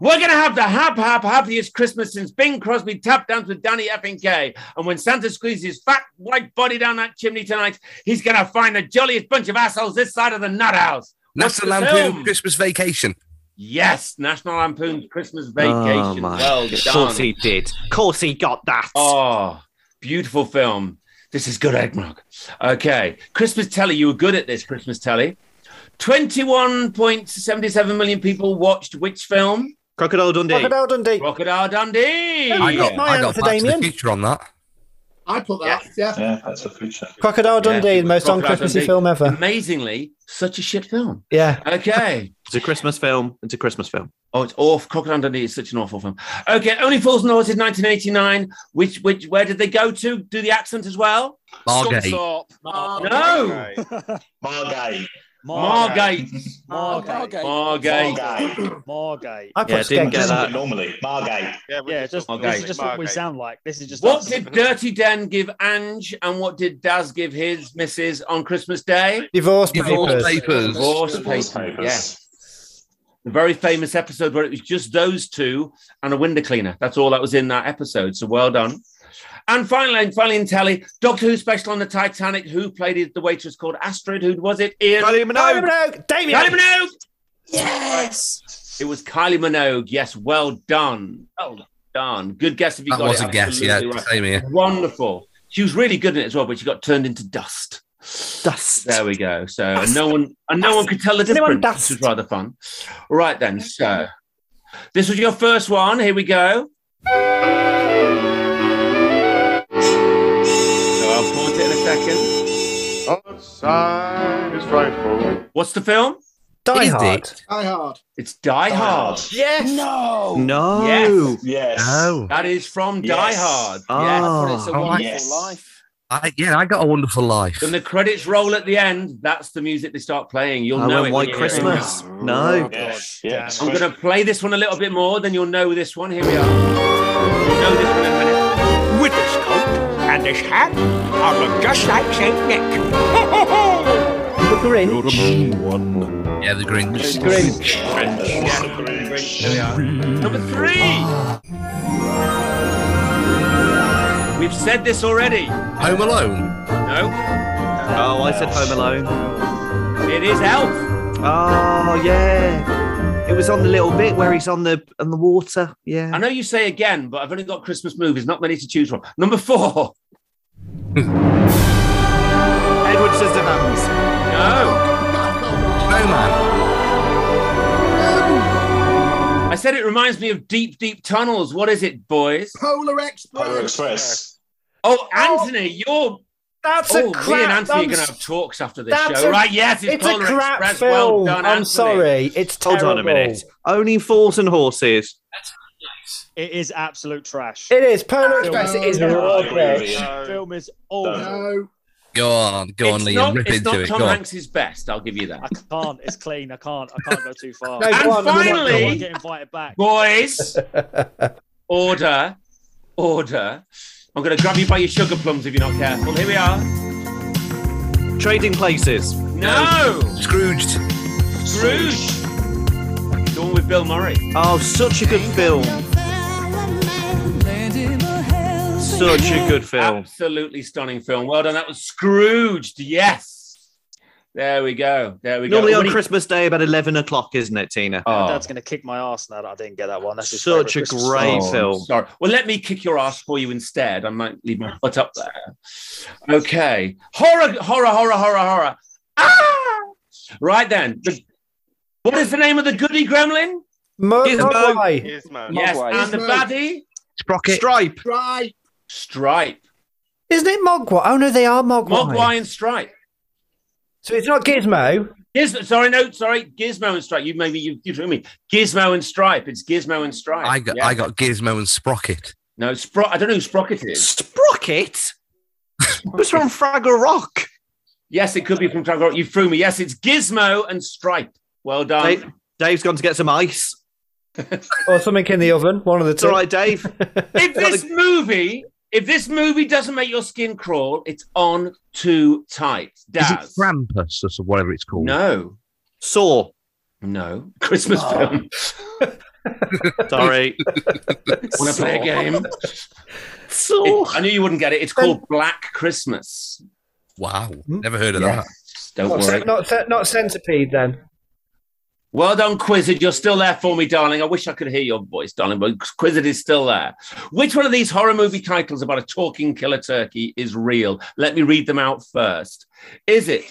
We're going to have the hap, hap, happiest Christmas since Bing Crosby tap dance with Danny effing K. And when Santa squeezes his fat white body down that chimney tonight, he's going to find the jolliest bunch of assholes this side of the nut house. What's the National Lampoon film? Christmas Vacation. Yes, National Lampoon's Christmas Oh, Vacation. my well God. done. course he did. course he got that. Oh, beautiful film. This is good eggnog. Okay. Christmas telly. You were good at this, Christmas telly. 21.77 million people watched which film? Crocodile Dundee. Crocodile Dundee. Crocodile Dundee. I got- I got Back to the Future on that. I put that. Yeah. that's the future. Crocodile Dundee, the most Crocodile un-Christmassy Dundee. film ever. Amazingly, such a shit film. Yeah. Okay. It's a Christmas film. It's a Christmas film. Oh, it's awful. Crocodile Dundee is such an awful film. Okay. Only Fools and Horses, 1989. Which, which, where did they go to? Do the accent as well? Margate. Scunthorpe. Margate. No. Margate. Margate. Margate. Margate. Margate. Margate. I put Yeah, didn't Skeggs. get that. Normally, Margate. Yeah, just, Margate. this is just what we sound like. This is just What us. did Dirty Dan give Ange, and what did Daz give his missus on Christmas Day? Divorce, Divorce papers. papers. Divorce Divorce papers. papers. Yes. The very famous episode where it was just those two and a window cleaner. That's all that was in that episode. So well done. And finally, and finally in telly, Doctor Who special on the Titanic. Who played it? the waitress called Astrid? Who was it? Ian. Kylie Minogue. Kylie Minogue. Damien. Kylie Minogue. Yes. It was Kylie Minogue. Yes. Well done. Well done. Good guess if you That got was it. a guess, yeah. Absolutely right. Same here. Wonderful. She was really good in it as well, but she got turned into dust. Dust. There we go. So and no one and no one could tell the Anyone difference. This was rather fun. Right then. So this was your first one. Here we go. So I'll pause it in a second. Outside is frightful. What's the film? Die Hard. Die Hard. It's Die, Hard. Yes. No. No. Yes. Yes. No. That is from Die Yes. Hard. Oh, yes. It's a I like wonderful Yes. life. I, yeah, I got a wonderful life. When the credits roll at the end, that's the music they start playing. You'll I know it. went when White you hear it. Christmas. No. Yes. Yes. I'm going to play this one a little bit more, then you'll know this one. Here we are. You'll know this one in a minute. With his coat and his hat, I look just like Saint Nick. The Grinch. Yeah, the Grinch. Number three. We've said this already. Home Alone. No, Oh, I said Home Alone. it is Elf. Oh yeah. It was on the little bit where he's on the on the water. Yeah. I know you say again, but I've only got Christmas movies, not many to choose from. Number four. Edward Scissorhands. No. Snowman. I said it reminds me of Deep, Deep Tunnels. What is it, boys? Polar Express. Express. Oh, Anthony, you're That's oh, a crap. Me and Anthony I'm are going to s- have talks after this that's show, a- right? Yes, it's, it's a Polar crap Express. Well film. done, I'm Anthony. sorry, it's Hold on a minute. Only fools and horses. It is absolute trash. It is Polar Film- Express. It is No, rubbish. no. Film is awful. Go on, go on, It's Liam, not, rip it's into not it. Tom go on. Hanks's best. I'll give you that. Can't. It's clean. I can't. I can't go too far. No, And go on, I'm not- finally- I won't get invited back. Boys, order, order. I'm going to grab you by your sugar plums if you're not careful. Here we are. Trading places. No. Scrooged. Scrooge. The one with Bill Murray. Oh, such a good film. Such a good film. Absolutely stunning film. Well done. That was Scrooged. Yes. There we go. There we Normally go. on Winnie- Christmas Day about eleven o'clock, isn't it, Tina? Oh. Oh. Dad's gonna kick my ass now that I didn't get that one. That's his Such a favourite Christmas great song. film. Sorry. Well, let me kick your ass for you instead. I might leave my foot up there. Okay. Horror, horror, horror, horror, horror. Ah! Right then. The- what is the name of the goody gremlin? Mogwai. Yes, and the baddie? Sprocket. Stripe. Right. Stripe. Isn't it Mogwai? Oh no, they are Mogwai. Mogwai and Stripe. So it's not Gizmo. Giz- sorry, no, sorry. Gizmo and Stripe. You maybe you you drew me. Gizmo and Stripe. It's Gizmo and Stripe. I got, Yeah. I got Gizmo and Sprocket. no Spro- I don't know who Sprocket is. Sprocket? What's from Fraggle Rock? Yes, it could be from Dragon Rock. You threw me. Yes, it's Gizmo and Stripe. Well done. Dave, Dave's gone to get some ice. Or something in the oven. One of the It's two. all right, Dave. if this movie, if this movie doesn't make your skin crawl, it's on too tight. Is Daz. it Krampus or so- whatever it's called? No. Saw. No. Christmas Oh. film. Sorry. Want to play a game? Oh. Saw. I knew you wouldn't get it. It's called Black Christmas. Wow. Never heard of that. Yes. Don't Not, worry. cent- not, cent- not centipede then. Well done, Quizzed. You're still there for me, darling. I wish I could hear your voice, darling, but Quizzed is still there. Which one of these horror movie titles about a talking killer turkey is real? Let me read them out first. Is it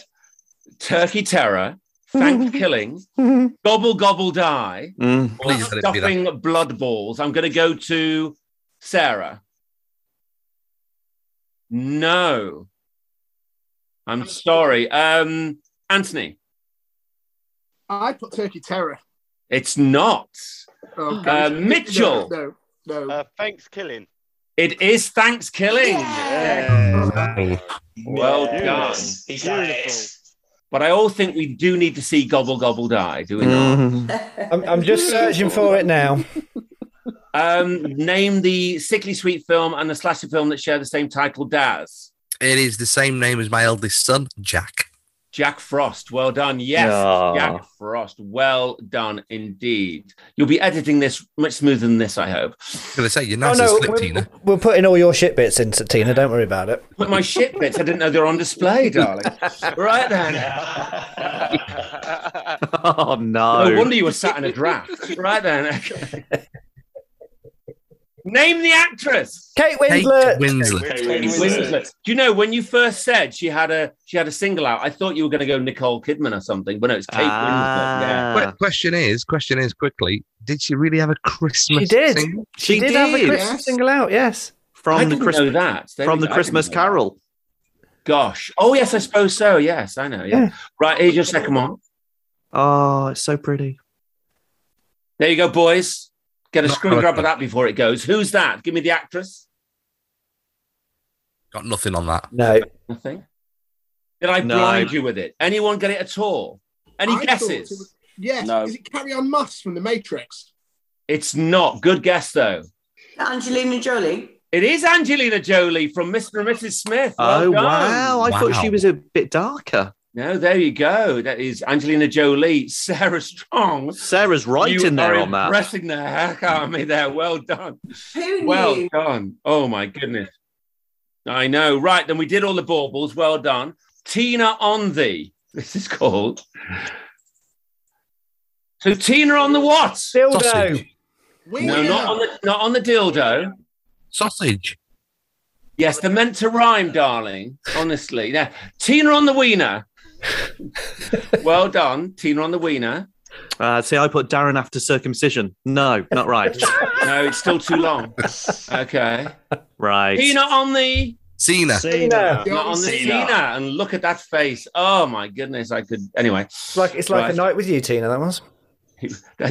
Turkey Terror, Thank Killing, Gobble Gobble Die, Mm-hmm. Please let it be that. Stuffing Blood Balls? I'm going to go to Sarah. No. I'm sorry. Um, Anthony, I put Turkey Terror. it's not. Oh, Uh, God. Mitchell. No, no. no. Uh, thanks, killing. It is Thanksgiving. Well Yes. done. Yes. But I all think we do need to see Gobble Gobble Die, do we Mm-hmm. not? I'm, I'm just searching for it now. Um, name the Sickly Sweet film and the slasher film that share the same title, Daz. It is the same name as my eldest son, Jack. Jack Frost. Well done. Yes, Yeah. Jack Frost. Well done indeed. You'll be editing this much smoother than this, I hope. going to say, you're Oh nice and no, slick, we're, Tina. we're putting all your shit bits into Tina. Don't worry about it. Put my shit bits. I didn't know they were on display, darling. right then. oh no. No wonder you were sat in a draft. right then. Okay. Name the actress. Kate Winslet. Kate Winslet. Do you know when you first said she had a she had a single out? I thought you were going to go Nicole Kidman or something, but no, it's Kate Ah. Winslet. Yeah. Que- question is, question is quickly, did she really have a Christmas? She did. single? She, She did, have a did. Christmas single out. Yes. I From the didn't Christmas know that. There from we the go. I Christmas didn't know that. Carol. Gosh. Oh yes, I suppose so. Yes, I know. Yeah. Yeah. Right. Here's your second one. Oh, it's so pretty. There you go, boys. Get a Not screw grab correct. of that before it goes. Who's that? Give me the actress. Got nothing on that. No. Nothing. Did I No. blind you with it? Anyone get it at all? Any I thought guesses? it was- Yes. No. Is it Carry On Moss from The Matrix? It's not. Good guess though. Angelina Jolie. It is Angelina Jolie from Mr. and Mrs. Smith. Well oh done. wow. I thought she Wow. was a bit darker. No, there you go. That is Angelina Jolie, Sarah Strong. Sarah's right you in there are on that. Pressing the heck out of me there. Well done. Who Well knew? done. Oh my goodness. I know. Right, then we did all the baubles. Well done. Tina on the. This is called. So Tina on the what? Oh, Dildo. Sausage. No, not on the not on the dildo. Sausage. Yes, they're meant to rhyme, darling. Honestly. Yeah. Tina on the wiener. well done. Tina on the wiener. Uh, see, I put Darren after circumcision. No, not right. No, it's still too long. Okay. right. Tina on the Cena. Cena. Not on the Cena. And look at that face. Oh my goodness. I could anyway. It's like it's like Right. a night with you, Tina. That was.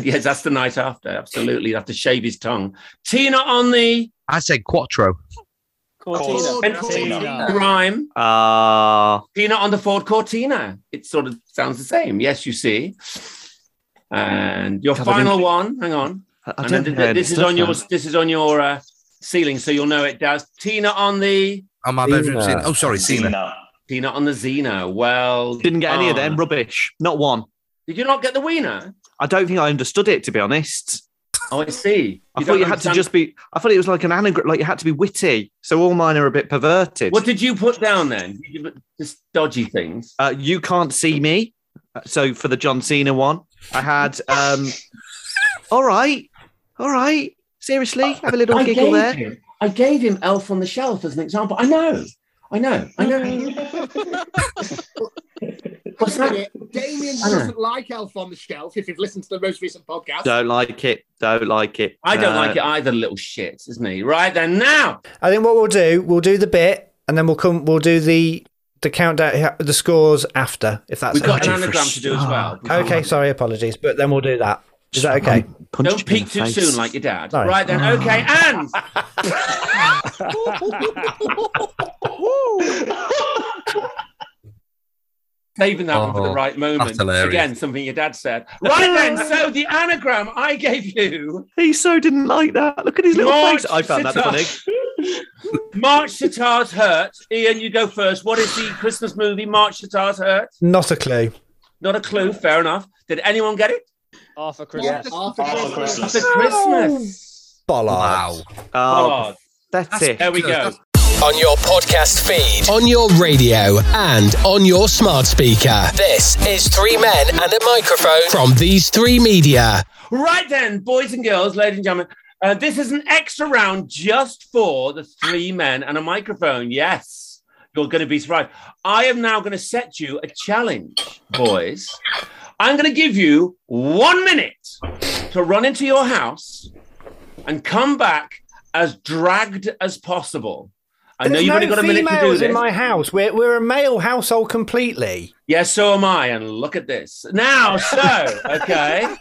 yes, that's the night after. Absolutely. Have to shave his tongue. Tina on the I said Quattro. And Cortina. Rhyme. Uh, Tina on the Ford Cortina. It sort of sounds the same. Yes, you see. And your Covered in- final one. Hang on. I- I And don't then hear th- this is stuff on your now. this is on your uh, ceiling, so you'll know it does. Tina on the on my bedroom Cena. Oh, sorry, Cena. Tina on the Xena. Well, Didn't get any of them. done. Rubbish. Not one. Did you not get the wiener? I don't think I understood it to be honest. Oh, I see. I You thought don't you had to understand- just be. I thought it was like an anagram. Like you had to be witty. So all mine are a bit perverted. What did you put down then? Did you put just dodgy things. Uh, you can't see me. Uh, So for the John Cena one, I had. Um, all right, all right. Seriously, have a little I giggle gave there. him- I gave him Elf on the Shelf as an example. I know. I know. I know. What's that? Damien I know. doesn't like Elf on the Shelf. If you've listened to the most recent podcast, Don't like it. Don't like it. I don't No. like it either, little shit, isn't he? Right then, now. I think what we'll do, we'll do the bit, and then we'll come. We'll do the the countdown, the scores after, if that's. We've got okay. an anagram to do as well. Okay, sorry, apologies, but then we'll do that. Is that okay? Don't peek too soon like your dad. Sorry. Right then, okay, and. Saving that one for the Oh, right moment. that's hilarious. Again, something your dad said. Right then, so the anagram I gave you. He so didn't like that. Look at his little March face. I found that funny. Sitar- March Sitar's Hurt. Ian, you go first. What is the Christmas movie, March Sitar's Hurt? Not a clue. Not a clue, fair enough. Did anyone get it? Half a Christmas. Half a Christmas. Half a Christmas. Bollard. Oh, that's it. There we go. On your podcast feed, on your radio, and on your smart speaker. This is Three Men and a Microphone from These Three Media. Right then, boys and girls, ladies and gentlemen, uh, this is an extra round just for the three men and a microphone. Yes, you're going to be surprised. I am now going to set you a challenge, boys. I'm going to give you one minute to run into your house and come back as dragged as possible. I know There's you've no only got a minute to do females this. in my house. We're, we're a male household completely. Yes, so am I. And look at this. Now, so, okay.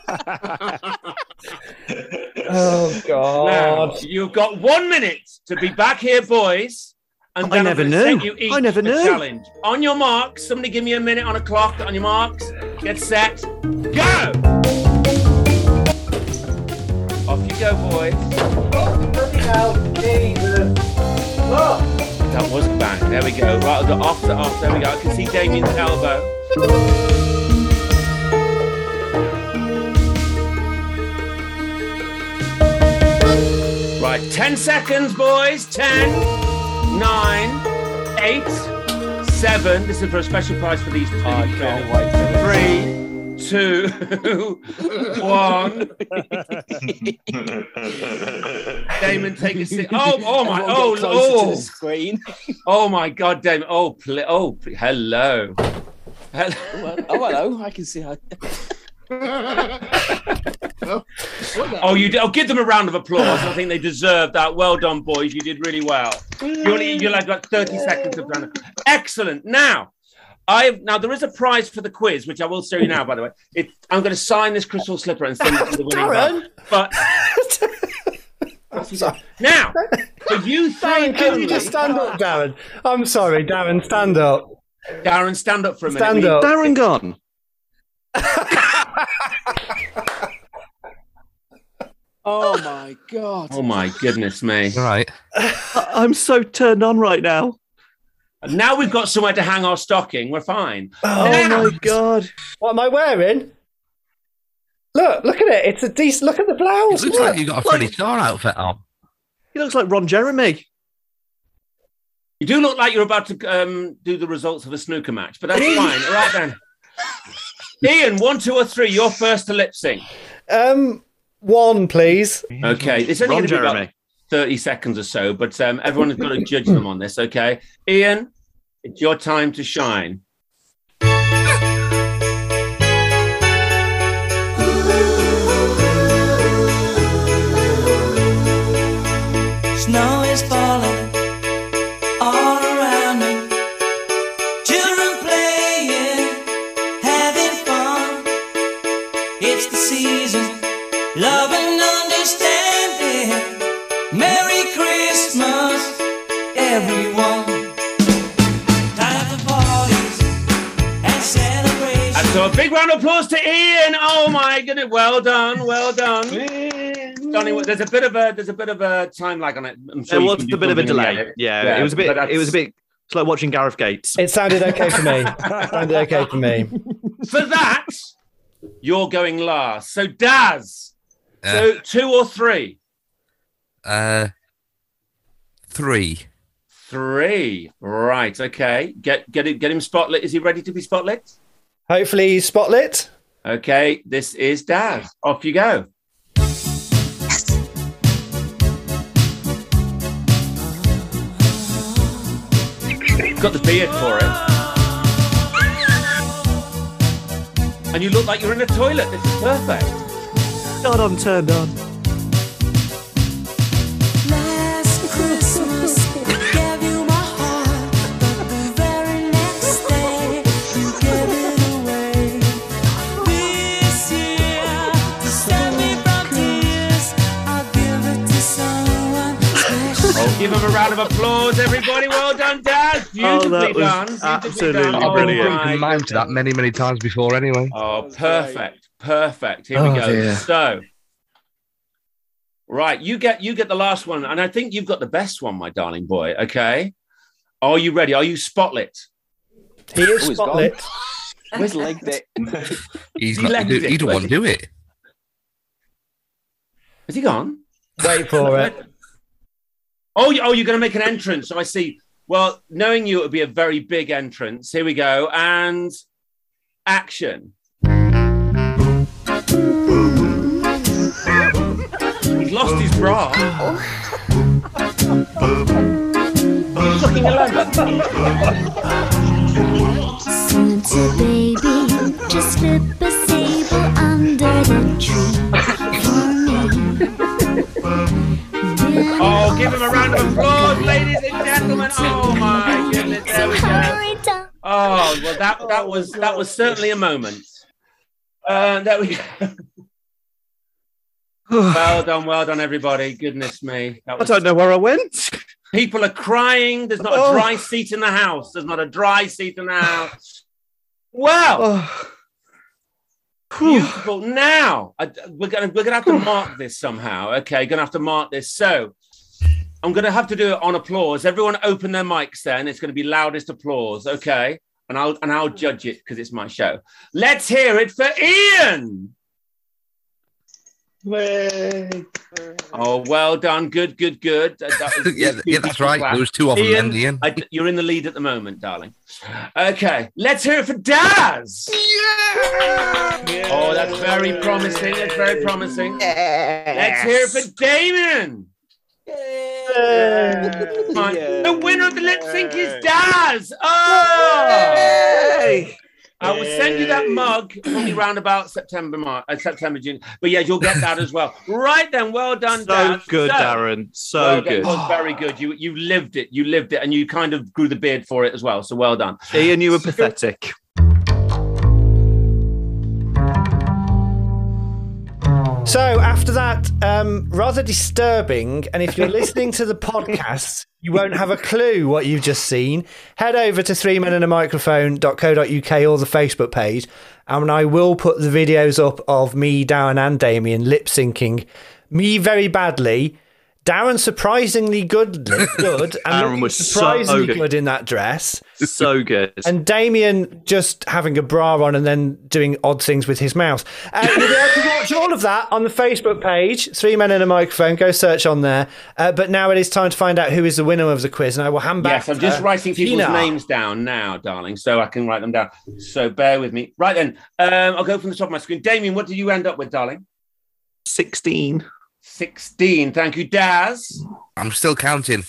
Oh Now, you've got one minute to be back here, boys. And I then I'm never gonna set knew. You each I never a knew. Challenge. On your marks, somebody give me a minute on a clock. On your marks, get set, go. Off you go, boys. That was bang. There we go. Right, the off, the off. There we go. I can see Damien's elbow. Right, 10 seconds, boys. 10, 9, 8, 7. This is for a special prize for these two. Three, two, one. Damon, take a seat. Oh, oh my! Everyone Oh, get closer to the oh, screen. oh my God, Damon! Oh, pl- oh, pl- hello. hello. Oh, hello. I can see how. Oh, you did. Oh, give them a round of applause. I think they deserve that. Well done, boys. You did really well. You only you like got 30 seconds of round. Excellent. Now, I have now there is a prize for the quiz, which I will show you now, by the way. It, I'm going to sign this crystal slipper and send it to the winning round. But now, for you three, Darren, can you only- just stand up, Darren? I'm sorry, Darren, stand up. Darren, stand up for a minute. Stand will you? up. Darren gone. Oh my god. Oh my goodness me! All right. I'm so turned on right now. Now we've got somewhere to hang our stocking. We're fine. Oh my god! What am I wearing? Look, look at it. It's a decent. Look at the blouse. It looks look. like you've got a Freddie Starr outfit on. He looks like Ron Jeremy. You do look like you're about to um, do the results of a snooker match, but that's fine. All right then. Ian, one, two, or three. You're first to lip sync. Um, one, please. Okay, it's only Ron going to be about Jeremy. thirty seconds or so, but um, everyone has got to judge them on this. Okay, Ian, it's your time to shine. Snow is falling all everyone. Time for parties and celebrations. And so a big round of applause to Ian. Oh my goodness. Well done. Well done. Johnny, there's a bit of a there's a bit of a time lag on it. I'm sure there you was can do a bit of a something about delay. Yeah, it was a bit. but that's- It was a bit. It's like watching Gareth Gates. It sounded okay for me. sounded okay for me. For that, you're going last. So Daz. So two or three? Uh, three. Three. Right. Okay. Get get it, get him spotlit. Is he ready to be spotlit? Hopefully, he's spotlit. Okay. This is Daz. Off you go. Got the beard for it. And you look like you're in a toilet. This is perfect. Not on, turned on. Last Christmas, I gave you my heart, but the very next day you gave it away. This year, to save me from tears, I'll give it to someone Oh, give him a round of applause, everybody. Well done, Daz. Beautifully done. Beautifully done. Oh, my I've been to that many, many times before anyway. Oh, perfect, perfect. Here Oh, we go. dear. So, right, you get you get the last one, and I think you've got the best one, my darling boy. Okay, are you ready? Are you spotlit? He is he's spotlit. gone. Where's legged it? He's He not, legged he, it, he don't want to do it. Has he gone? Wait for it. Oh, you- oh, you're going to make an entrance. I see. Well, knowing you, it would be a very big entrance. Here we go, and action. He's lost his bra. fucking Santa baby, just slip a sable under the tree for me. Oh, give him a round of applause, ladies and gentlemen. Oh my goodness, there we go. Oh well, that that was that was certainly a moment. Uh, there we go. well done, well done, everybody. Goodness me, that I was, don't know where I went. people are crying. There's not a Oh. dry seat in the house. There's not a dry seat in the house. Well, Oh. beautiful. Now I, we're gonna we're gonna have to mark this somehow. Okay, gonna have to mark this. So I'm gonna have to do it on applause. Everyone, open their mics. Then it's gonna be loudest applause. Okay, and I'll and I'll judge it because it's my show. Let's hear it for Ian. Oh, well done. Good, good, good. That- that was- Yeah, yeah, that's right. There was two of them then, Ian. I- you're in the lead at the moment, darling. Okay, let's hear it for Daz. Oh, that's very promising. That's very promising. Let's hear it for Damon. Come on. The winner of the lip sync is Daz. Oh! I will send you that mug probably round about September, March, uh, September, June. But yeah, you'll get that as well. Right then, well done, So Daz. good, So- Darren. So well done. good. It was very good. You you lived it. You lived it, and you kind of grew the beard for it as well. So well done, Ian. You were pathetic. So after that, um, rather disturbing, and if you're listening to the podcast, you won't have a clue what you've just seen. Head over to three men and a microphone.co.uk or the Facebook page, and I will put the videos up of me, Darren, and Damien lip syncing. Me very badly, Darren surprisingly good, good, and Darren looking was so surprisingly good. good in that dress. so good. And Damien just having a bra on and then doing odd things with his mouth. Uh, you'll be able to watch all of that on the Facebook page, Three Men in a Microphone. Go search on there. Uh, but now it is time to find out who is the winner of the quiz, and I will hand back. Yes, I'm just uh, writing people's Tina. names down now, darling, so I can write them down. So bear with me. Right then, um, I'll go from the top of my screen. Damien, what did you end up with, darling? Sixteen. Sixteen. Thank you, Daz. I'm still counting.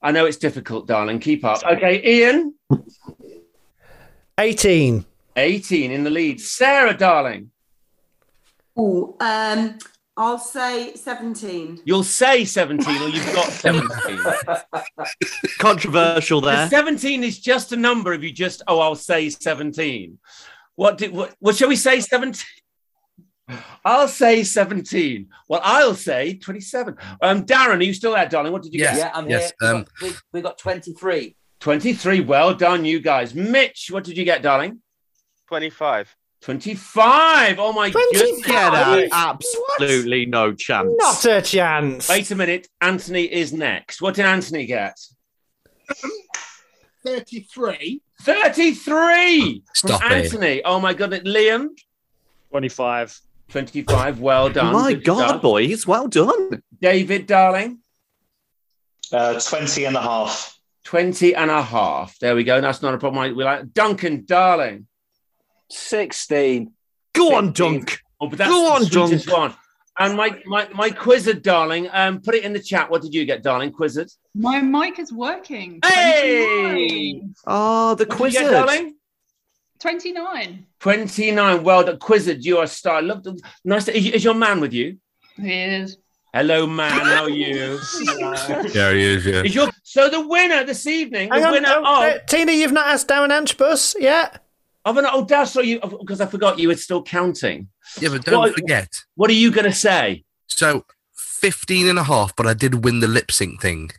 I know it's difficult, darling. Keep up. Okay, Ian. 18. 18 in the lead. Sarah, darling. Ooh, um, I'll say 17. You'll say 17 or you've got 17. Controversial The there. 17 is just a number if you just, oh, I'll say 17. What did, what, what shall we say 17? I'll say 17. Well, I'll say 27. Um, Darren, are you still there, darling? What did you get? Yeah, I'm here. um, we, got, we, we got 23. 23. Well done, you guys. Mitch, what did you get, darling? 25. 25. Oh my 25? goodness. Yeah, that- Absolutely no chance. Not a chance. Wait a minute. Anthony is next. What did Anthony get? 33. 33. from Stop it. Anthony. Oh my goodness. Liam? 25. 25. Well done. Oh My Good God, stuff. boys, well done. David, darling? Uh, 20 and a half. 20 and a half. There we go. That's not a problem. I- We like Duncan, darling. 16. Go on, Dunk. Oh, but that's Go the on, sweetest One. And my, my, my quizard, darling, um, put it in the chat. What did you get, darling? Quizard. My mic is working. Hey! Oh, the What did you get, Quizard. darling? 29. 29. Well done. Quizard, you are a star. Love the, nice. To, is, is your man with you? Yes. Hello, man. How are you? Yeah, he is. Yeah. Is your, so the winner this evening, the Hang on, winner oh, of uh, Tina, you've not asked Darren Anchbus yet. I've an oh, Dad, so you because I forgot you were still counting. Yeah, but don't What- forget. What are you going to say? So 15 and a half, but I did win the lip sync thing.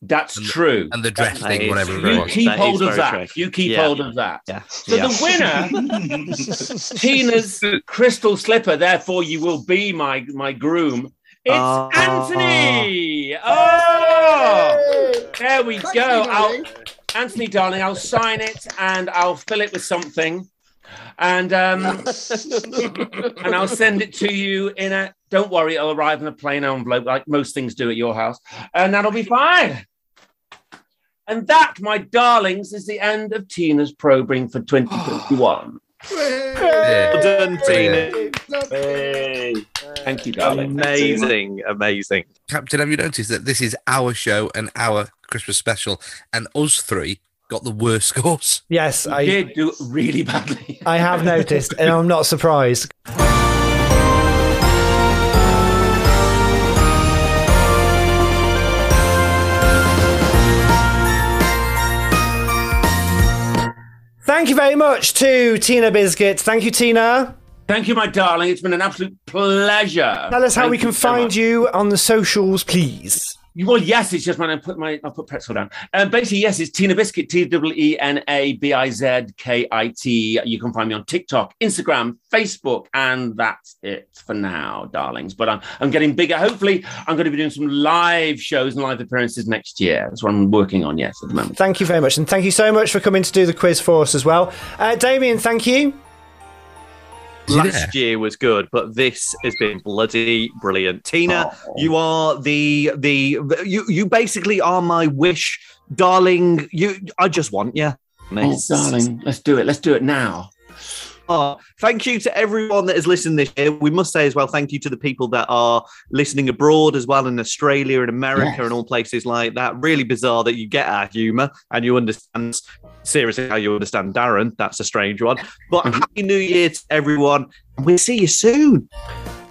That's true. And the dress That thing, is whatever. true. it You was. keep hold of that. You keep hold of that. So the winner, Tina's crystal slipper. Therefore, you will be my my groom. It's Ah. Anthony. Oh, there we go. I'll, Anthony, darling, I'll sign it and I'll fill it with something, and um, and I'll send it to you in a. Don't worry, it'll arrive in a plain envelope, like most things do at your house, and that'll be fine. And that, my darlings, is the end of Tina's probing for 2021. Well done, Tina. Thank you, darling. Amazing, amazing. Captain, have you noticed that this is our show and our Christmas special, and us three got the worst scores? Yes, I did do really badly. I have noticed, and I'm not surprised. Thank you very much to Tina Biscuit. Thank you, Tina. Thank you, my darling. It's been an absolute pleasure. Tell us how Thank we can you so find much. you on the socials, please. You- Well, yes, it's just when I put my I put pretzel down. Um, basically, yes, it's Tina Biscuit, T W E N A B I Z K I T. You can find me on TikTok, Instagram, Facebook, and that's it for now, darlings. But I'm I'm getting bigger. Hopefully, I'm going to be doing some live shows and live appearances next year. That's what I'm working on. Yes, at the moment. Thank you very much, and thank you so much for coming to do the quiz for us as well. Uh, Damien, thank you. Last year was good, but this has been bloody brilliant. Tina, Oh. you are the the you you basically are my wish, darling. You I just want you. Oh, darling, let's do it. Let's do it now. Oh, thank you to everyone that has listened this year. We must say as well, thank you to the people that are listening abroad as well in Australia and America and all places like that. Really bizarre that you get our humour and you understand seriously how you understand Darren. That's a strange one. But Mm-hmm. happy New Year to everyone. And we'll see you soon.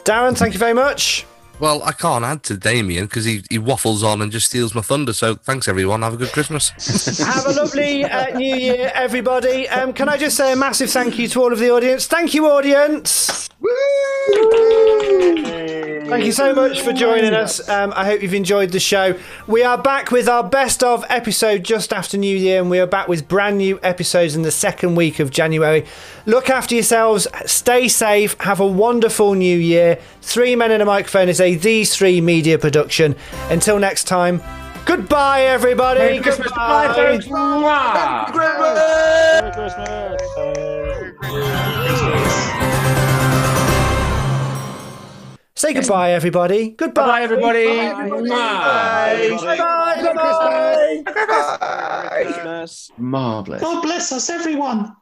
Darren, thank you very much. Well, I can't add to Damien because he, he waffles on and just steals my thunder. So thanks, everyone. Have a good Christmas. Have a lovely uh, New Year, everybody. Um, can I just say a massive thank you to all of the audience? Thank you, audience. Thank you so much for joining us. Um, I hope you've enjoyed the show. We are back with our best of episode just after New Year, and we are back with brand new episodes in the second week of January. Look after yourselves, stay safe, have a wonderful New Year. Three Men in a Microphone is a These Three Media production. Until next time, goodbye, everybody. Merry Christmas. Goodbye. Bye, folks. Mwah. Merry Christmas. Say goodbye, everybody. Goodbye, Bye, everybody. Bye. Bye. Bye. Bye. Marvelous. God bless us, everyone.